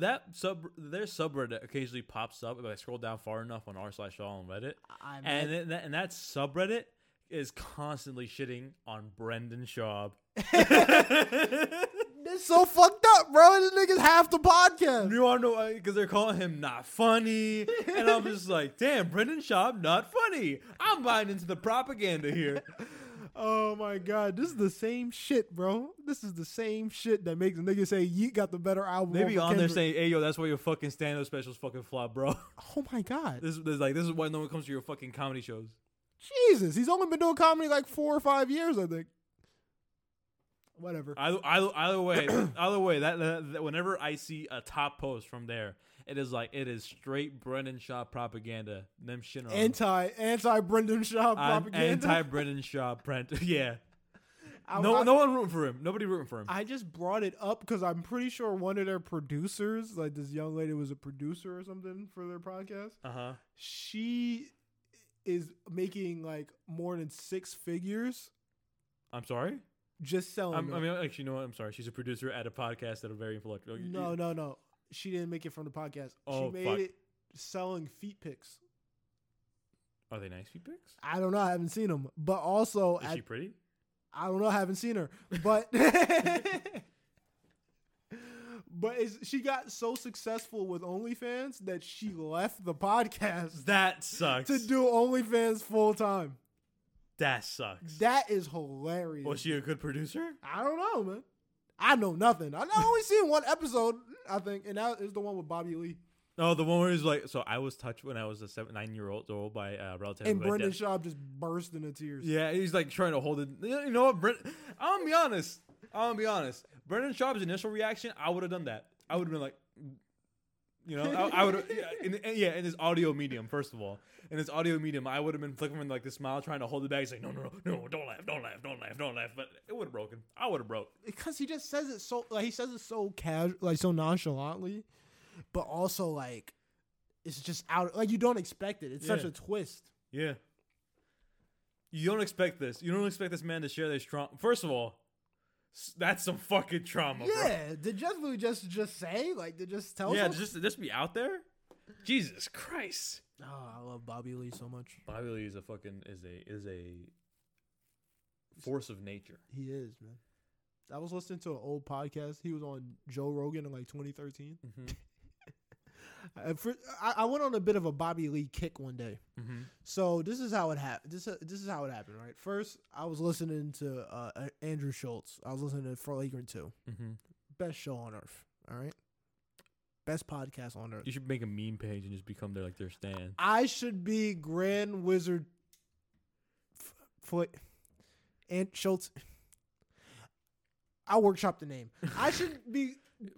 That sub their subreddit occasionally pops up if I scroll down far enough on r slash all on Reddit,
I
and then that, and that subreddit is constantly shitting on Brendan Schaub.
it's so fucked up, bro. This nigga's half the podcast.
You want to know because they're calling him not funny, and I'm just like, damn, Brendan Schaub not funny. I'm buying into the propaganda here.
Oh my god, this is the same shit, bro. This is the same shit that makes a nigga say Yeet got the better album.
Maybe
over
on there
Kendrick."
saying, "Hey yo, that's why your fucking stand-up specials fucking flop, bro."
"Oh my god,
This, this is like this is why no one comes to your fucking comedy shows.
Jesus." He's only been doing comedy like four or five years, I think. Whatever.
Either, either, either way, either way, that, that, that- whenever I see a top post from there, it is like it is straight Brendan Shaw propaganda. Them shit on
Anti anti Brendan Schaub propaganda.
Um, anti Brendan Shaw print. yeah,
I-
no,
I-
no one rooting for him. Nobody rooting for him.
I just brought it up because I'm pretty sure one of their producers, like this young lady was a producer or something for their podcast.
Uh huh.
She is making like more than six figures
I'm sorry.
just selling.
I'm,
it.
I mean, actually, you know what? I'm sorry. She's a producer at a podcast that are very influential.
no, no, no. She didn't make it from the podcast.
Oh,
she made
fuck.
it selling feet pics.
are they nice feet pics?
I don't know. I haven't seen them, but also
Is
at-
she pretty?
I don't know. I haven't seen her, but but is, she got so successful with OnlyFans that she left the podcast
That sucks.
to do OnlyFans full time.
that sucks.
That is hilarious.
Was she a good producer?
I don't know, man. I know nothing. I I only seen one episode, I think, and that is the one with Bobby Lee
No, the one where he's like, so I was touched when I was a seven, nine year old old by uh, relative.
and
who had
Brendan
death-
Schaub just burst into tears.
Yeah, he's like trying to hold it. You know what, Brent? I'm gonna be honest. I'm gonna be honest. Brendan Schaub's initial reaction, I would have done that. I would have been like, you know, I, I would, yeah, in, in- yeah, in his audio medium. First of all, in his audio medium, I would have been flickering like the smile, trying to hold it back. He's like, no, no, no, no, don't laugh, don't laugh, don't laugh, don't laugh. But it would have broken. I would have broke.
because he just says it so like he says it so casual, like so nonchalantly, but also like it's just out like you don't expect it. It's such
Yeah.
a twist.
Yeah. You don't expect this. You don't expect this man to share their trauma. First of all, s- that's some fucking trauma, Oh, bro.
Yeah, did Jeff Blue just just say like to just tell?
Yeah,
Yeah,
just just be out there. Jesus Christ.
oh, I love Bobby Lee so much.
Bobby Lee is a fucking is a is a force of nature.
He is man. I was listening to an old podcast. He was on Joe Rogan in like 2013.
Mm-hmm.
I, for, I, I went on a bit of a Bobby Lee kick one day.
Mm-hmm.
So this is how it happened. This uh, this is how it happened, right? First, I was listening to uh, A- Andrew Schultz. I was listening to Flagrant Two.
Mm-hmm.
best show on earth. All right, best podcast on earth.
You should make a meme page and just become their like their stand.
I should be Grand Wizard F- Foot and Schultz. I workshop the name. I should be.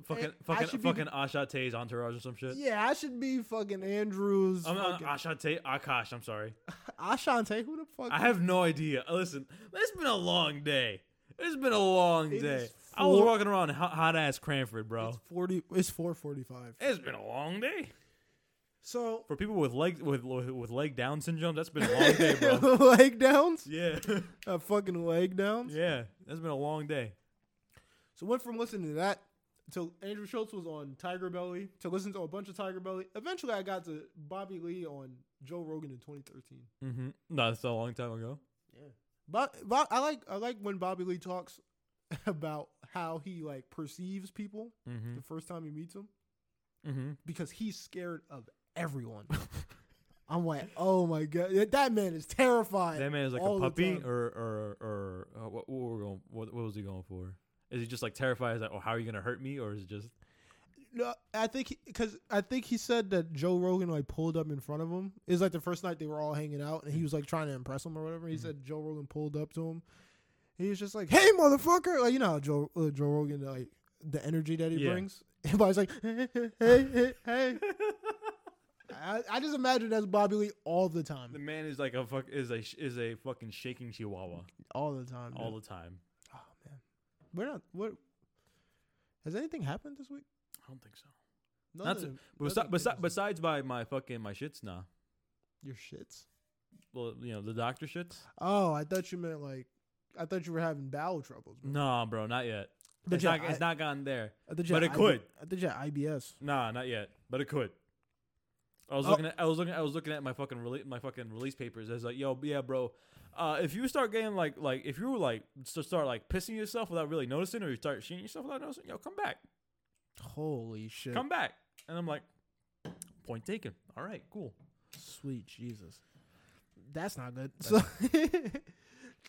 Fucking
I
fucking
should be-
fucking Asha Tay's entourage or some shit.
Yeah, I should be fucking Andrews.
I'm not
fucking-
Asha Tay Akash, I'm sorry.
Ashante, who the fuck?
I have no idea. Uh, Listen, it's been a long day. It's been a long
It
day.
is
I was
four-
walking around hot ass Cranford,
it's
bro.
forty. It's four forty-five.
It's been a long day
So
for people with leg with with leg down syndrome. That's been a long day, bro.
leg downs.
Yeah,
Uh, fucking leg downs.
yeah. That's been a long day.
So went from listening to that to Andrew Schultz was on Tiger Belly to listen to a bunch of Tiger Belly. Eventually, I got to Bobby Lee on Joe Rogan in 2013.
Mm-hmm. No, that's a long time ago.
Yeah, but, but I like I like when Bobby Lee talks about how he like perceives people
Mm-hmm.
the first time he meets them
Mm-hmm.
because he's scared of everyone. I'm like, oh my god, that- that man is terrified.
That man is like
all
a
the
puppy,
time.
or or or uh, what, what were we going? What, what was he going for? Is he just like terrified? Is like, oh, how are you gonna hurt me? Or is it just
No, I think because I think he said that Joe Rogan like pulled up in front of him. It was like the first night they were all hanging out, and he was like trying to impress him or whatever. He
Mhm.
said Joe Rogan pulled up to him. He was just like, "Hey, motherfucker!" Like you know, how Joe uh, Joe Rogan like the energy that he
Yeah.
brings. Everybody's like, "Hey, hey, hey!" hey. I, I just imagine that's Bobby Lee all the
the
time,
man is like a fuck is a is a fucking shaking chihuahua
all the time,
all
all.
the time.
Oh man, we're not. What has anything happened this week?
I don't think so. Not
Nothing.
But
nothing
besi- besi-
interesting.
besides by my fucking my shits nah.
your shits.
Well, you know the doctor shits.
Oh, I thought you meant like, I thought you were having bowel troubles. bro.
Nah, bro, not yet.
I thought
it's
you
not,
had
it's
I-
not gone there.
I thought you
but
had
it could.
I thought you had IBS.
Nah, not yet. But it could. I was
Oh.
looking at I was looking I was looking at my fucking release my fucking release papers. I was like, yo, yeah, bro. Uh, if you start getting like like if you like s- start like pissing yourself without really noticing, or you start shitting yourself without noticing, yo, come back,
Holy shit!
come back. And I'm like, point taken. All right, cool.
Sweet Jesus, that's not good. So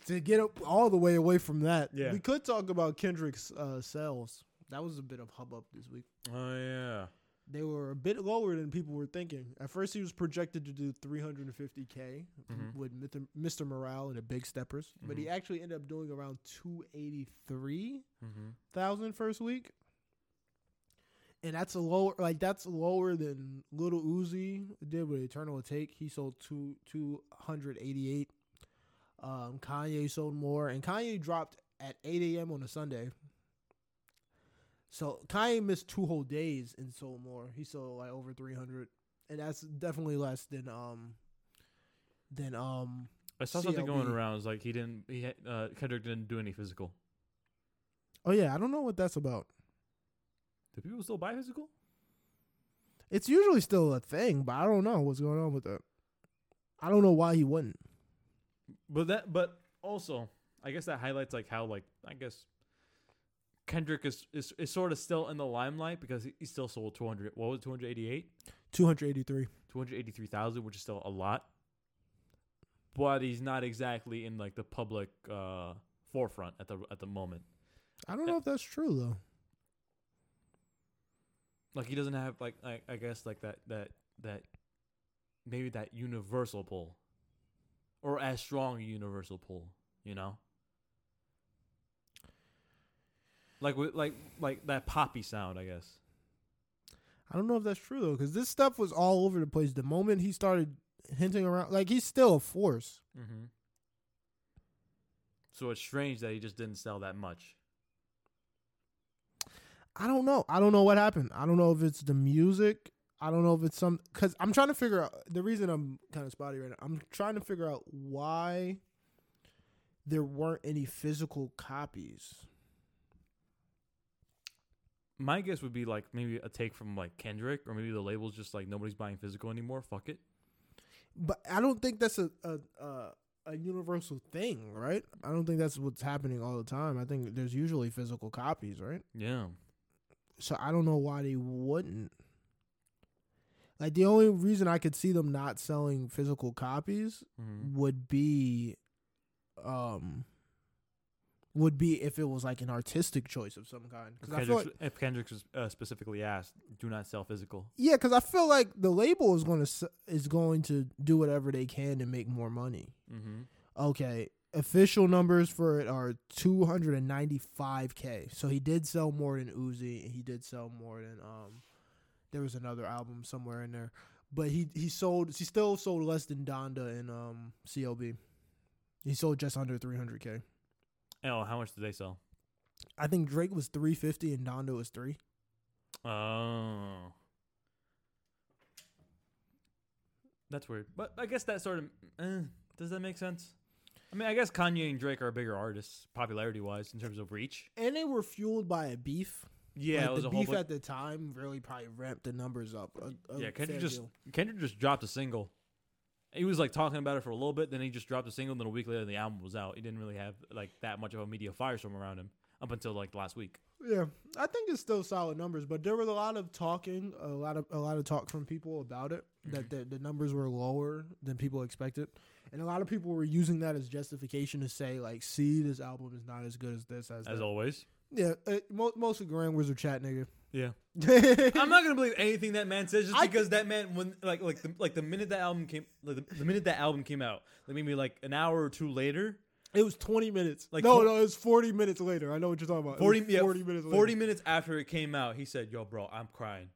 to get up all the way away from that,
Yeah.
we could talk about Kendrick's uh, sales. That was a bit of hubbub this week.
Oh yeah.
They were a bit lower than people were thinking. At first, he was projected to do 350k
Mhm.
with Mr. Mr. Morale and the Big Steppers, but he actually ended up doing around 283.
Mm-hmm.
thousand first week, and that's a lower like that's lower than Little Uzi did with Eternal Take. He sold two two hundred eighty eight. Um, Kanye sold more, and Kanye dropped at eight a.m. on a Sunday. So Kanye missed two whole days and sold more. He sold like over three hundred, and that's definitely less than um than um
I saw something going
CLB.
around. It was like he didn't. He had- uh, Kendrick didn't do any physical.
oh yeah I don't know what that's about.
Do people still buy physical?
It's usually still a thing, but I don't know what's going on with that. I don't know why he wouldn't.
But that. But also, I guess that highlights like how like I guess Kendrick is is, is sort of still in the limelight because he, he still sold two hundred. What was two hundred eighty eight?
283.
Two hundred eighty three thousand, which is still a lot. But he's not exactly in like the public uh forefront at the at the moment.
I don't know if that's true though.
Like he doesn't have like I, I guess like that that that maybe that universal pull or as strong a universal pull, you know? Like with like like that poppy sound, I guess.
I don't know if that's true though, because this stuff was all over the place. The moment he started hinting around, like he's still a force.
Mm-hmm. So it's strange that he just didn't sell that much.
I don't know. I don't know what happened. I don't know if it's the music. I don't know if it's some because I'm trying to figure out the reason I'm kind of spotty right now. I'm trying to figure out why there weren't any physical copies.
My guess would be like maybe a take from like Kendrick or maybe the label's just like nobody's buying physical anymore. Fuck it.
but I don't think that's a a, a a universal thing, right? I don't think that's what's happening all the time. I think there's usually physical copies, right?
Yeah.
So I don't know why they wouldn't. Like the only reason I could see them not selling physical copies
Mm-hmm.
would be um would be if it was like an artistic choice of some kind. 'Cause I feel
Kendrick's,
like,
if Kendrick's was, uh, specifically asked, do not sell physical.
yeah, because I feel like the label is going to is going to do whatever they can to make more money.
Mm-hmm.
Okay. Official numbers for it are 295k. So he did sell more than Uzi, and he did sell more than um. There was another album somewhere in there, but he he sold. He still sold less than Donda and um CLB. He sold just under 300k.
Oh, how much did they sell?
I think Drake was 350 and Donda was three.
Oh. That's weird. But I guess that sort of. Eh, does that make sense? I mean, I guess Kanye and Drake are bigger artists, popularity wise, in terms of reach.
And they were fueled by a beef.
Yeah,
Like,
it was
the
a whole
beef
bunch.
at the time really probably ramped the numbers up. A, a
Yeah, Kendrick
fair
just
deal.
Kendrick just dropped a single. He was like talking about it for a little bit, then he just dropped a single, and then a week later the album was out. He didn't really have like that much of a media firestorm around him up until like last week.
Yeah, I think it's still solid numbers, but there was a lot of talking, a
Mm-hmm.
lot of a lot of talk from people about it that the, the numbers were lower than people expected, And a lot of people were using that as justification to say, like, see, this album is not as good as this, as,
as
that.
always.
Yeah, uh, mo- mostly Grand Wizard chat, nigga.
Yeah. I'm not gonna believe anything that man says just
I-
because that man when like like the, like the minute that album came like the, the minute that album came out like maybe like an hour or two later
it was 20 minutes.
Like,
no,
tw-
no, it was 40 minutes later. I know what you're talking about. It
40
was
yeah,
40 minutes later.
40 minutes after it came out he said yo bro I'm crying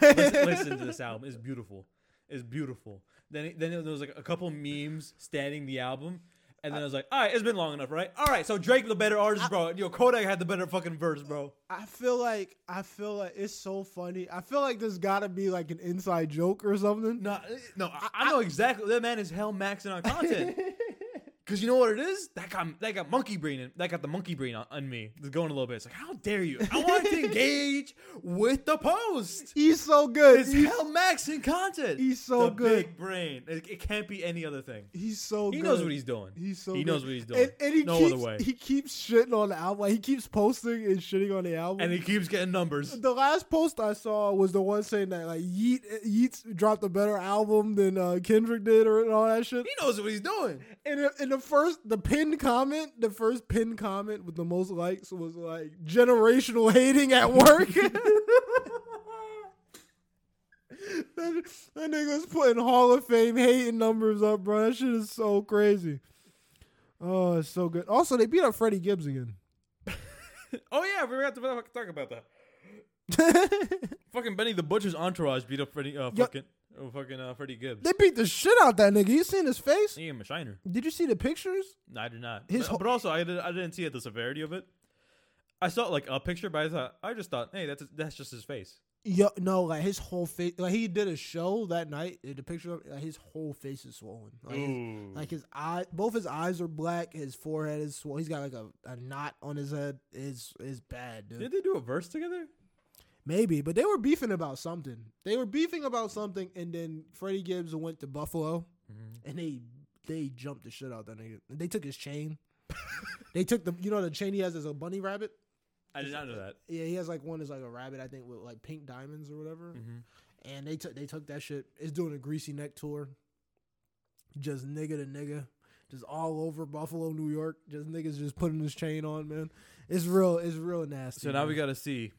listen, listen to this album it's beautiful it's beautiful then he- then there was like a couple memes standing the album and then I was like all right it's been long enough right all right so Drake the better artist bro yo Kodak had the better fucking verse bro
I feel like I feel like it's so funny. I feel like there's got to be like an inside joke or something.
No, eh, no, I, I know exactly. That man is hell maxing on content. Cause you know what it is? That got that got monkey brain. In, that got the monkey brain on, on me. It's going a little bit. It's like, how dare you? I want to engage with the post.
He's so good.
It's
He's,
hell maxing content.
he's so
The
good.
Big brain. It, it can't be any other thing.
he's so
He
good.
knows what he's doing.
He's so
he
good.
knows what he's doing.
And, and he
no
keeps,
other way.
He keeps shitting on the album. Like, he keeps posting and shitting on the album.
and he keeps getting numbers.
the last post I saw was the one saying that like Yeet Yeats dropped a better album than uh, Kendrick did or and all that shit.
He knows what he's doing.
And in the first, the pinned comment, the first pinned comment with the most likes was like generational hating at work. that, that nigga's putting Hall of Fame hating numbers up, bro. That shit is so crazy. Oh, it's so good. Also, they beat up Freddie Gibbs again.
Oh yeah, we forgot to talk about that. Fucking Benny the Butcher's entourage beat up Freddie. Uh,
Yo-
fucking, oh, fucking uh, Freddie Gibbs.
they beat the shit out that nigga. You seen his face?
He gave him a shiner.
Did you see the pictures?
No, I did not.
His
but,
whole-
but also, I didn't. I didn't see it, the severity of it. I saw like a picture, but I thought I just thought, hey, that's that's just his face.
Yo, no, like his whole face. Like he did a show that night. and The picture of like his whole face is swollen. Like, his-
Ooh.
Like his eye, both his eyes are black. His forehead is swollen. He's got like a, a knot on his head. Is is bad, dude.
Did they do a verse together?
Maybe, but they were beefing about something. They were beefing about something, and then Freddie Gibbs went to Buffalo,
Mm-hmm.
and they they jumped the shit out that nigga. They took his chain. they took the you know the chain he has as a bunny rabbit.
I did not know that.
Yeah, he has like one is like a rabbit I think with like pink diamonds or whatever.
Mm. Mm-hmm.
And they took they took that shit. It's doing a greasy neck tour. Just nigga to nigga. Just all over Buffalo, New York. Just niggas just putting this chain on, man. It's real it's real nasty.
So now we
man.
got to see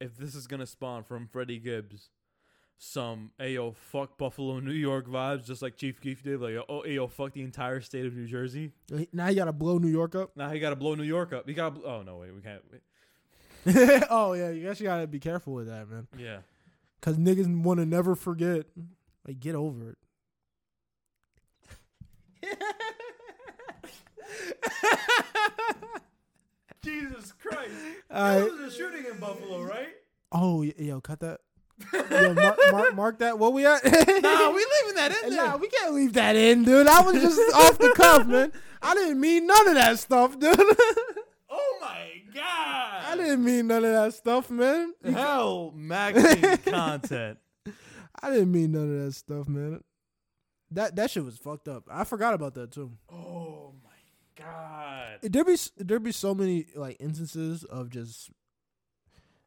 if this is gonna spawn from Freddie Gibbs some ayo fuck Buffalo, New York vibes, just like Chief Keef did, like oh ayo fuck the entire state of New Jersey.
now you gotta blow New York up.
Now he got to blow New York up. He got to oh no wait we can't wait.
oh yeah, you guess you gotta be careful with that, man.
yeah
Cause niggas wanna never forget. Like get over it.
Jesus Christ.
All right.
There was a shooting in Buffalo, right?
Oh y- yo, cut that. Yo, mark, mark, mark that. What we at?
Nah, we leaving that in there.
Nah, we can't leave that in, dude. I was just off the cuff, man. I didn't mean none of that stuff, dude.
oh my god!
I didn't mean none of that stuff, man.
Hell, maxing content.
I didn't mean none of that stuff, man. That that shit was fucked up. I forgot about that too.
Oh my god!
There be s- there be so many like instances of just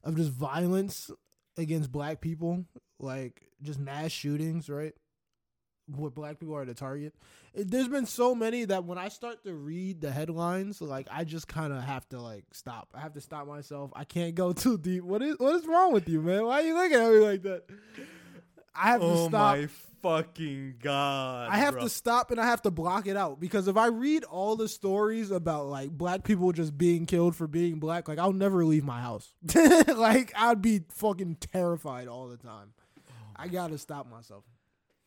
of just violence against black people, like just mass shootings, right? Where black people are the target. It, there's been so many that when I start to read the headlines, like I just kind of have to like stop. I have to stop myself. I can't go too deep. What is what is wrong with you, man? Why are you looking at me like that? I have
Oh
to stop.
my fucking god!
I have
bro.
to stop and I have to block it out because if I read all the stories about like black people just being killed for being black, like I'll never leave my house. like I'd be fucking terrified all the time. I gotta stop myself.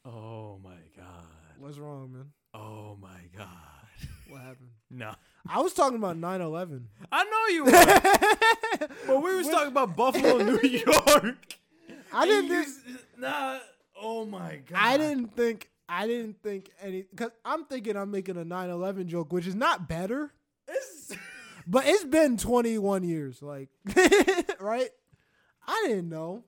Oh my god!
What's wrong, man?
Oh my god!
What happened?
No,
I was talking about 9 11.
I know you. Were. but we were talking about Buffalo, New York.
I didn't
You
think,
s- Nah. Oh my god!
I didn't think, I didn't think any, because I'm thinking I'm making a 9 11 joke, which is not better,
It's-
but it's been 21 years. Like, right? I didn't know.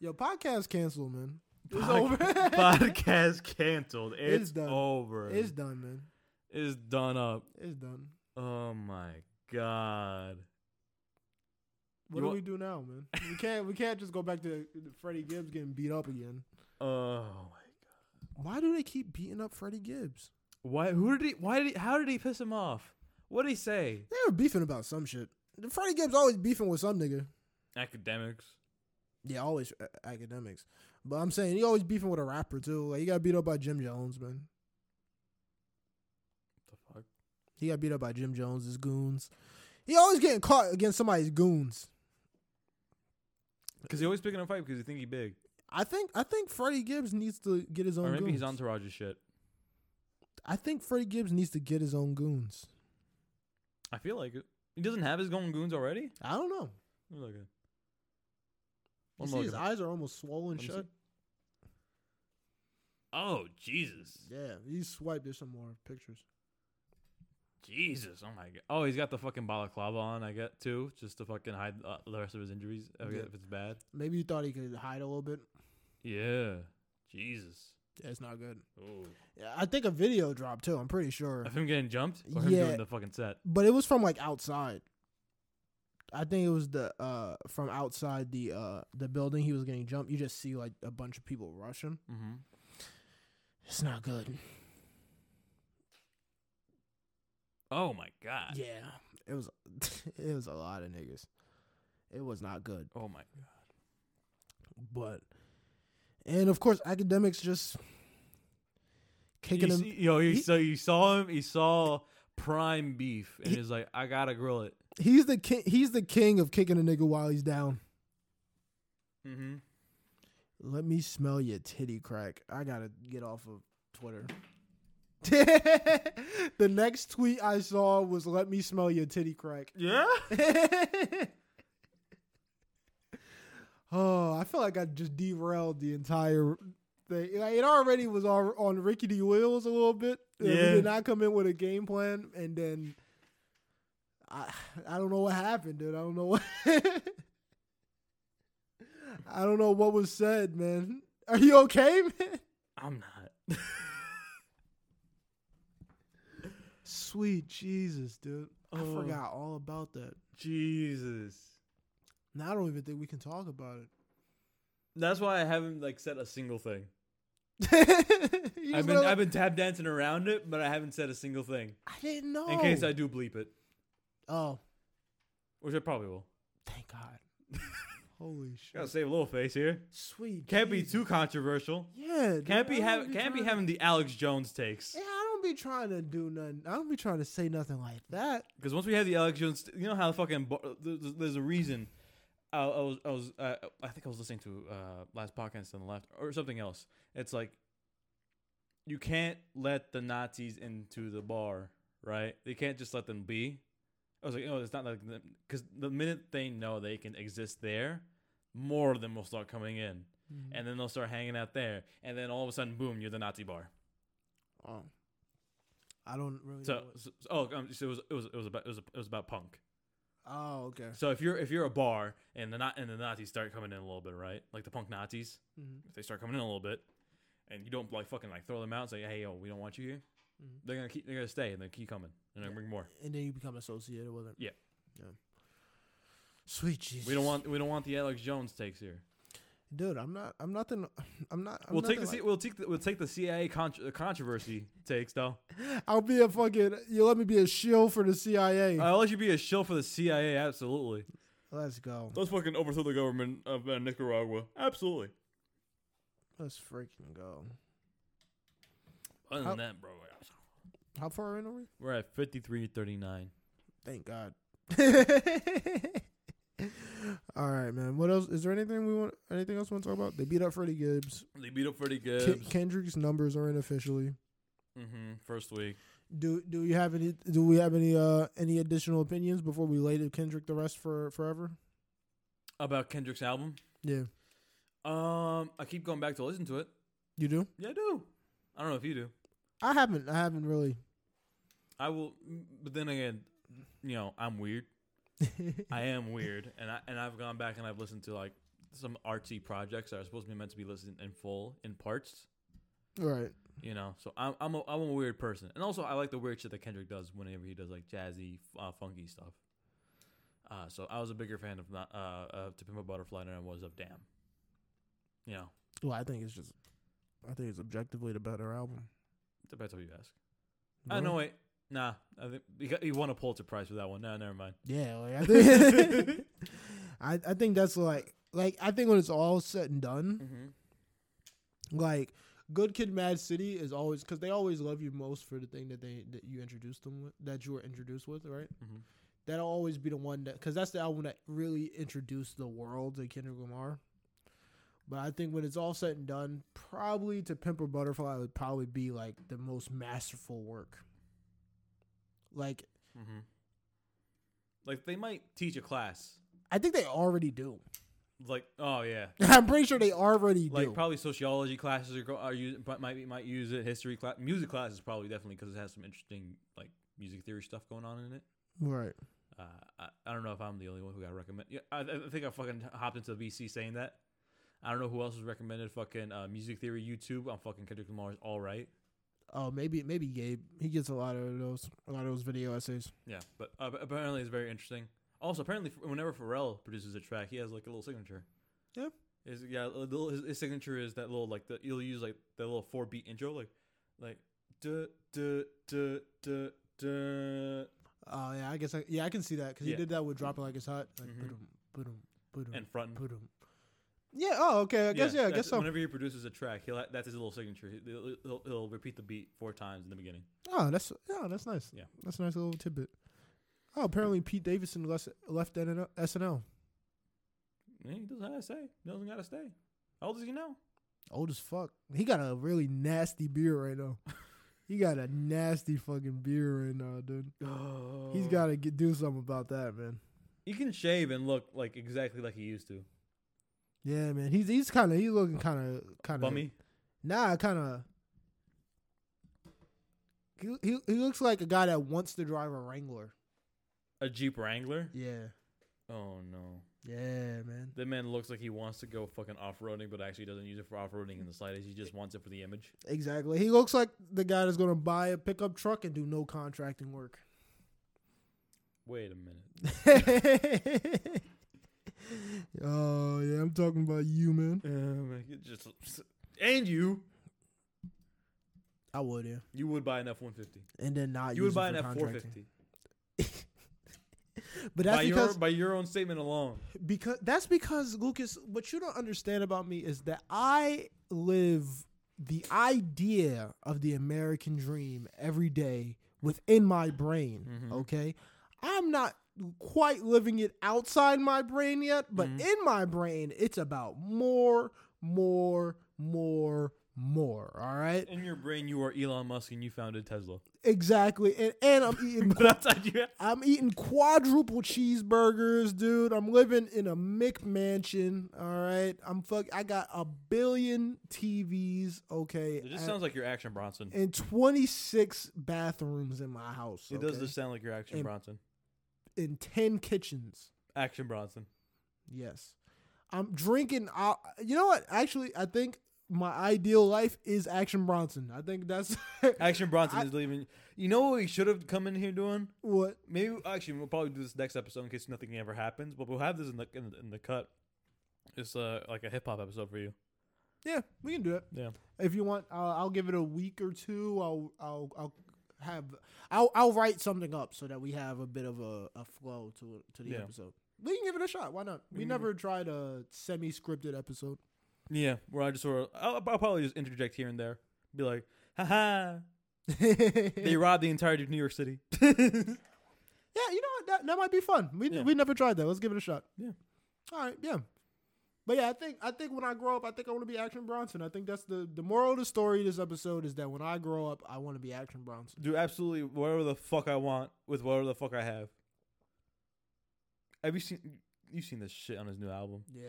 Yo, podcast canceled, man. It's over.
Podcast canceled. It's,
It's done.
over.
it's done, man.
it's done up.
It's done.
Oh my god.
What
You
do
wa-
we do now, man? We can't. We can't just go back to Freddie Gibbs getting beat up again.
Oh my god.
Why do they keep beating up Freddie Gibbs?
Why? Who did he? Why did he? How did he piss him off? What did he say?
They were beefing about some shit. Freddie Gibbs always beefing with some nigga.
Academics.
Yeah, always uh, academics. But I'm saying he always beefing with a rapper too. Like he got beat up by Jim Jones, man.
The fuck.
He got beat up by Jim Jones's goons. He always getting caught against somebody's goons.
Because he always picking a fight because he think he big,
I think I think Freddie Gibbs needs to get his own.
or maybe
goons.
he's entourage's shit.
I think Freddie Gibbs needs to get his own goons.
I feel like it. He doesn't have his own goons already.
I don't know.
Let me look at it.
You
One
see,
more
his
look
eyes are almost swollen
Let me see.
shut.
Oh Jesus!
Yeah, you swipe. There's some more pictures.
Jesus! Oh my God! Oh, he's got the fucking balaclava on. I get too, just to fucking hide uh, the rest of his injuries. I forget
Yeah.
if it's bad.
Maybe you thought he could hide a little bit.
Yeah. Jesus.
Yeah, it's not good.
Ooh.
Yeah, I think a video dropped too. I'm pretty sure,
Of him getting jumped or him
Yeah.
doing the fucking set.
but it was from like outside. I think it was the uh from outside the uh the building he was getting jumped. You just see like a bunch of people rush him.
Mm-hmm.
It's not good.
Oh my God.
Yeah, it was it was a lot of niggas. It was not good,
Oh my.
but and of course academics just kicking
You
him.
see, yo, you,
he-
so you saw him. He saw prime beef, and he's like, "I gotta grill it."
He's the king. He's the king of kicking a nigga while he's down.
Mm-hmm.
Let me smell your titty crack. I gotta get off of Twitter. the next tweet I saw was "Let me smell your titty crack."
Yeah.
oh, I feel like I just derailed the entire thing. Like, it already was on, on Ricky D wheels a little bit. Yeah. We
Yeah.
did not come in with a game plan, and then I I don't know what happened, dude. I don't know what. I don't know what was said, man. Are you okay, man?
I'm not.
Sweet Jesus, dude.
Oh.
I forgot all about that.
Jesus.
Now I don't even think we can talk about it.
That's why I haven't like said a single thing.
You
I've
just
been
gonna-
I've been tap dancing around it, but I haven't said a single thing
I didn't know.
in case I do bleep it,
Oh,
which I probably will.
thank God. Holy shit.
Gotta save a little face here.
Sweet.
Can't be
Jesus.
too controversial.
Yeah. dude,
Can't
I
be
don't
have can't be
trying to-
having the Alex Jones takes.
Yeah, I don't be trying to do nothing. I don't be trying to say nothing like that.
Because once we have the Alex Jones, you know how fucking bar, there's, there's a reason. I, I was I was uh, I think I was listening to uh, last podcast on the left or something else. It's like you can't let the Nazis into the bar, right? They can't just let them be. I was like, no, it's not like because the minute they know they can exist there, more of them will start coming in, Mm-hmm. and then they'll start hanging out there, and then all of a sudden, boom, you're the Nazi bar.
Oh. I don't really
So,
know. What,
so, so- oh, um, so it was it was it was about it was, it was about punk.
oh, okay.
So if you're if you're a bar and the Na- and the Nazis start coming in a little bit, right? Like the punk Nazis,
Mhm.
if they start coming in a little bit, and you don't like fucking like throw them out and say, hey yo, we don't want you here.
Mhm.
They're gonna keep they're gonna stay and they keep coming and they
Yeah.
bring more.
And then you become associated with it.
Yeah.
Yeah. Sweet Jesus.
We don't want we don't want the Alex Jones takes here.
Dude, I'm not. I'm nothing. I'm not. I'm
we'll take the
nothing
C- we'll take the, we'll take the CIA contr- controversy takes though.
like- I'll be a fucking. You let me be a shield for the CIA.
I'll let you be a shill for the CIA. Absolutely.
Let's go.
Let's fucking overthrow the government of uh, Nicaragua. Absolutely.
Let's freaking go.
Other
How-
than that, bro,
How far in are we?
we're at fifty three thirty nine.
Thank God. All right, man. What else? Is there anything we want? Anything else we want to talk about? They beat up Freddie Gibbs.
They beat up Freddie
Ke-
Gibbs.
Kendrick's numbers are in officially.
mm-hmm. First week.
Do Do you have any? Do we have any? Uh, any additional opinions before we lay to Kendrick the rest for forever?
about Kendrick's album.
Yeah,
Um, I keep going back to listen to it.
you do.
Yeah, I do. I don't know if you do.
I haven't. I haven't really.
I will, but then again, you know, I'm weird. I am weird, and I and I've gone back and I've listened to like some artsy projects that are supposed to be meant to be listened in full in parts.
All right.
You know, so I'm I'm a, I'm a weird person, and also I like the weird shit that Kendrick does whenever he does like jazzy, uh, funky stuff. Uh, so I was a bigger fan of not, uh, of To Pimp a Butterfly than I was of Damn. You know,
Well, I think it's just
I think it's objectively the better album.
Depends who you ask. I know. Wait, nah. I think he, got, he won a Pulitzer Prize for that one. Nah, never mind.
Yeah, like I think I, I think that's like like I think when it's all said and done,
Mm-hmm.
like Good Kid, Mad City is always because they always love you most for the thing that they that you introduced them with that you were introduced with, right?
Mhm.
That'll always be the one that because that's the album that really introduced the world to Kendrick Lamar. But I think when it's all said and done, probably to Pimp a Butterfly would probably be like the most masterful work. Like
Mm-hmm. Like they might teach a class.
I think they already do.
Like oh yeah,
I'm pretty sure they already
like
do.
probably sociology classes are, go- are use, but might be, might use it. History class, music class is probably definitely because it has some interesting like music theory stuff going on in it.
right.
Uh, I, I don't know if I'm the only one who got recommended. Yeah, I, I think I fucking hopped into the BC saying that. I don't know who else was recommended. Fucking uh, music theory YouTube. I'm fucking Kendrick Lamar's all right.
Oh, maybe maybe Gabe. He gets a lot of those a lot of those video essays.
Yeah, but uh, but apparently it's very interesting. Also, apparently whenever Pharrell produces a track, he has like a little signature.
Yeah.
His, yeah, the little- his, his signature is that little like the he'll use like that little four beat intro like like duh duh duh duh duh
Oh yeah, I guess I yeah I can see that because
Yeah.
he did that with dropping like it's hot. Like
Mhm.
boom, boom, boom,
and front.
boom. Yeah. Oh, okay. I guess yeah. I
that's-
guess so.
Whenever he produces a track, he'll ha- that's his little signature. He- He'll, he'll, he'll repeat the beat four times in the beginning.
Oh, that's yeah. That's nice.
Yeah.
That's a nice little tidbit. Oh, apparently Pete Davidson left left NN SNL.
Yeah, he doesn't gotta stay. He doesn't gotta stay. How old is he now?
Old as fuck. He got a really nasty beard right now. he got a nasty fucking beard right now, dude.
Oh.
He's got to do something about that, man.
He can shave and look like exactly like he used to.
Yeah, man. He's he's kind of he's looking kind of kind of
Bummy.
Nah, kind of. He, he he looks like a guy that wants to drive a Wrangler.
A Jeep Wrangler.
Yeah,
Oh no.
yeah, man.
That man looks like he wants to go fucking off roading, but actually doesn't use it for off roading in the slightest. He just wants it for the image.
Exactly. He looks like the guy that's gonna buy a pickup truck and do no contracting work.
Wait a minute.
oh yeah, I'm talking about you, Uh, man.
Um, it just and you,
I would, yeah.
you would buy an F one fifty.
And then not
You would
use it
buy an
for
F four
contracting.
fifty.
But that's
By your
because
by your own statement alone.
because that's because Lucas, what you don't understand about me is that I live the idea of the American dream every day within my brain.
Mhm.
Okay, I'm not quite living it outside my brain yet, but
Mhm.
in my brain, it's about more, more, more, more. All right,
In your brain, you are Elon Musk, and you founded Tesla.
exactly, and and I'm eating.
But outside you,
I'm eating quadruple cheeseburgers, dude. I'm living in a Mick mansion. All right. I'm fuck. I got a billion TVs. Okay.
it just
and-
sounds like your Action Bronson.
and 26 bathrooms in my house.
It does
okay,
just sound like your Action
And-
Bronson.
in 10 kitchens.
Action Bronson.
Yes. I'm drinking. Uh, you know what? Actually, I think my ideal life is Action Bronson. I think that's
Action Bronson
I-
is leaving. You know what we should have come in here doing?
what.
Maybe actually we'll probably do this next episode in case nothing ever happens. But we'll have this in the in, in the cut. It's uh, like a hip hop episode for you.
Yeah, we can do it.
Yeah.
If you want, I'll, I'll give it a week or two. I'll I'll I'll have I'll I'll write something up so that we have a bit of a, a flow to to the
Yeah.
episode. We can give it a shot. Why not? We
Mhm.
never tried a semi-scripted episode.
Yeah, where I just sort of I'll, I'll probably just interject here and there, be like, "Ha ha! They
yeah,
robbed the entirety of New York City."
you know what? That, that might be fun. We
Yeah.
we never tried that. Let's give it a shot.
Yeah.
All right. Yeah. But yeah, I think I think when I grow up, I think I want to be Action Bronson. I think that's the the moral of the story. Of this episode is that when I grow up, I want to be Action Bronson.
do absolutely whatever the fuck I want with whatever the fuck I have. Have you seen? You've seen this shit on his new album.
Yeah.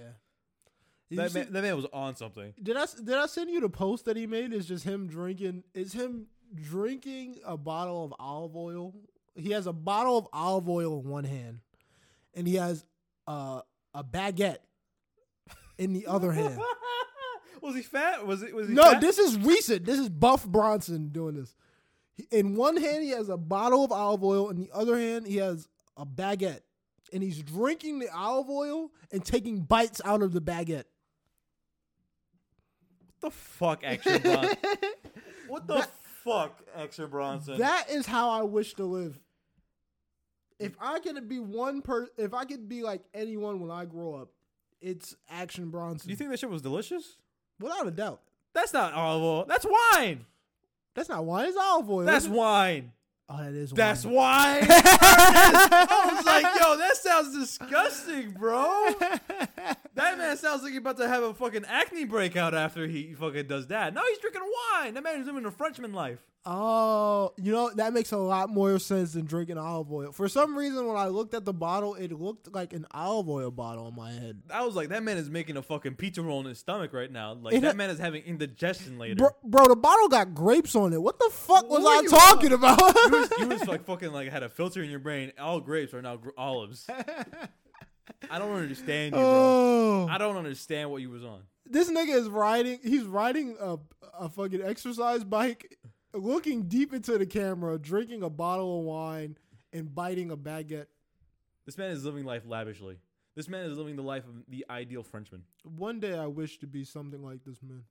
Did you
That
see-
man, that man was on something.
Did I did I send you the post that he made? Is just him drinking? Is him drinking a bottle of olive oil? He has a bottle of olive oil in one hand, and he has uh, a baguette in the other hand.
was he fat? Was it? Was he
No,
fat?
this is recent. This is Buff Bronson doing this. He- In one hand, he has a bottle of olive oil. In the other hand, he has a baguette, and he's drinking the olive oil and taking bites out of the baguette.
the fuck, Action Bronson? What the fuck, Action Bronson?
That is how I wish to live. If I could be one per, if I could be like anyone when I grow up, it's Action Bronson.
Do you think that shit was delicious?
Without a doubt,
That's not olive oil. That's wine.
that's not wine. It's olive oil.
That's
Isn't it?
wine.
oh, that is
That's
wine.
wine. I was like, yo, that sounds disgusting, bro. That man sounds like he's about to have a fucking acne breakout after he fucking does that. Now he's drinking wine. That man is living a Frenchman life.
Oh, you know that makes a lot more sense than drinking olive oil. For some reason, when I looked at the bottle, it looked like an olive oil bottle in my head.
I was like, that man is making a fucking pizza roll in his stomach right now. Like
It-
that man is having indigestion later.
Bro, bro, the bottle got grapes on it. What the fuck was
What
I
you-
talking about?
you was, you was like fucking like had a filter in your brain. All grapes are now gr- olives. I don't understand you, bro.
oh,
I don't understand what you was on.
this nigga is riding. He's riding a a fucking exercise bike, looking deep into the camera, drinking a bottle of wine, and biting a baguette.
This man is living life lavishly. This man is living the life of the ideal Frenchman
One day, I wish to be something like this man.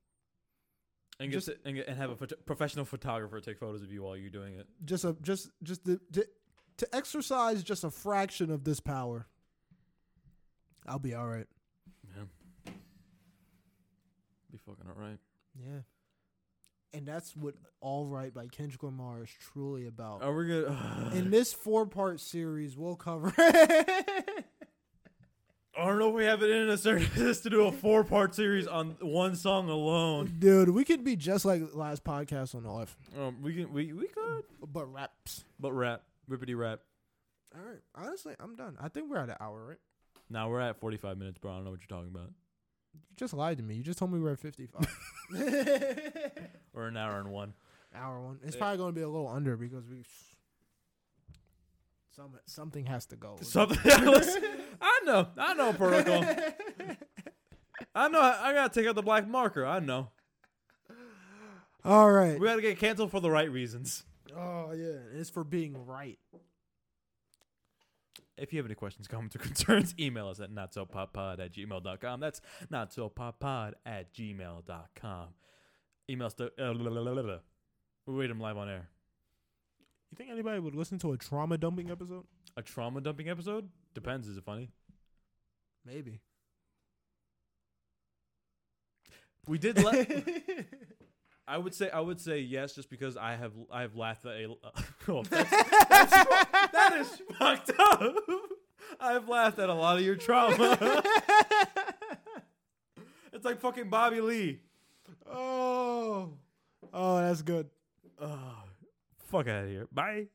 and get to- and, get, and have a phot- professional photographer take photos of you while you're doing it.
just a just just the, to, to exercise just a fraction of this power i'll be all right
Be fucking all right.
yeah and that's what all right by kendrick lamar is truly about
Are we good?
in this four part series we'll cover
I don't know if we have it in us or just to do a four part series on one song alone.
dude we could be just like last podcast on off
Um, we can we we could,
but raps
but rap rippity rap.
all right honestly i'm done i think we're at an hour right
Now we're at 45 minutes, bro. I don't know what you're talking about.
you just lied to me you just told me we're at 55
Or an hour and one.
hour one it's
Yeah.
probably going to be a little under because we some, something has to go
Something else. I know. I know protocol. I know. I gotta take out the black marker. I know.
All right.
We gotta get canceled for the right reasons.
Oh yeah, and it's for being right.
If you have any questions, comments, or concerns, email us at notsopoppod at gmail.com. That's notsopoppod at gmail.com. Email stu- uh, la- la- la- la- la. We read them live on air.
You think anybody would listen to a trauma dumping episode?
A trauma dumping episode? Depends. Is it funny?
Maybe.
We did. La- I would say I would say yes, just because I have I have laughed at a. oh, that's, that's, that is fucked up. I've laughed at a lot of your trauma. it's like fucking Bobby Lee.
oh. Oh, that's good.
Oh, fuck out of here. Bye.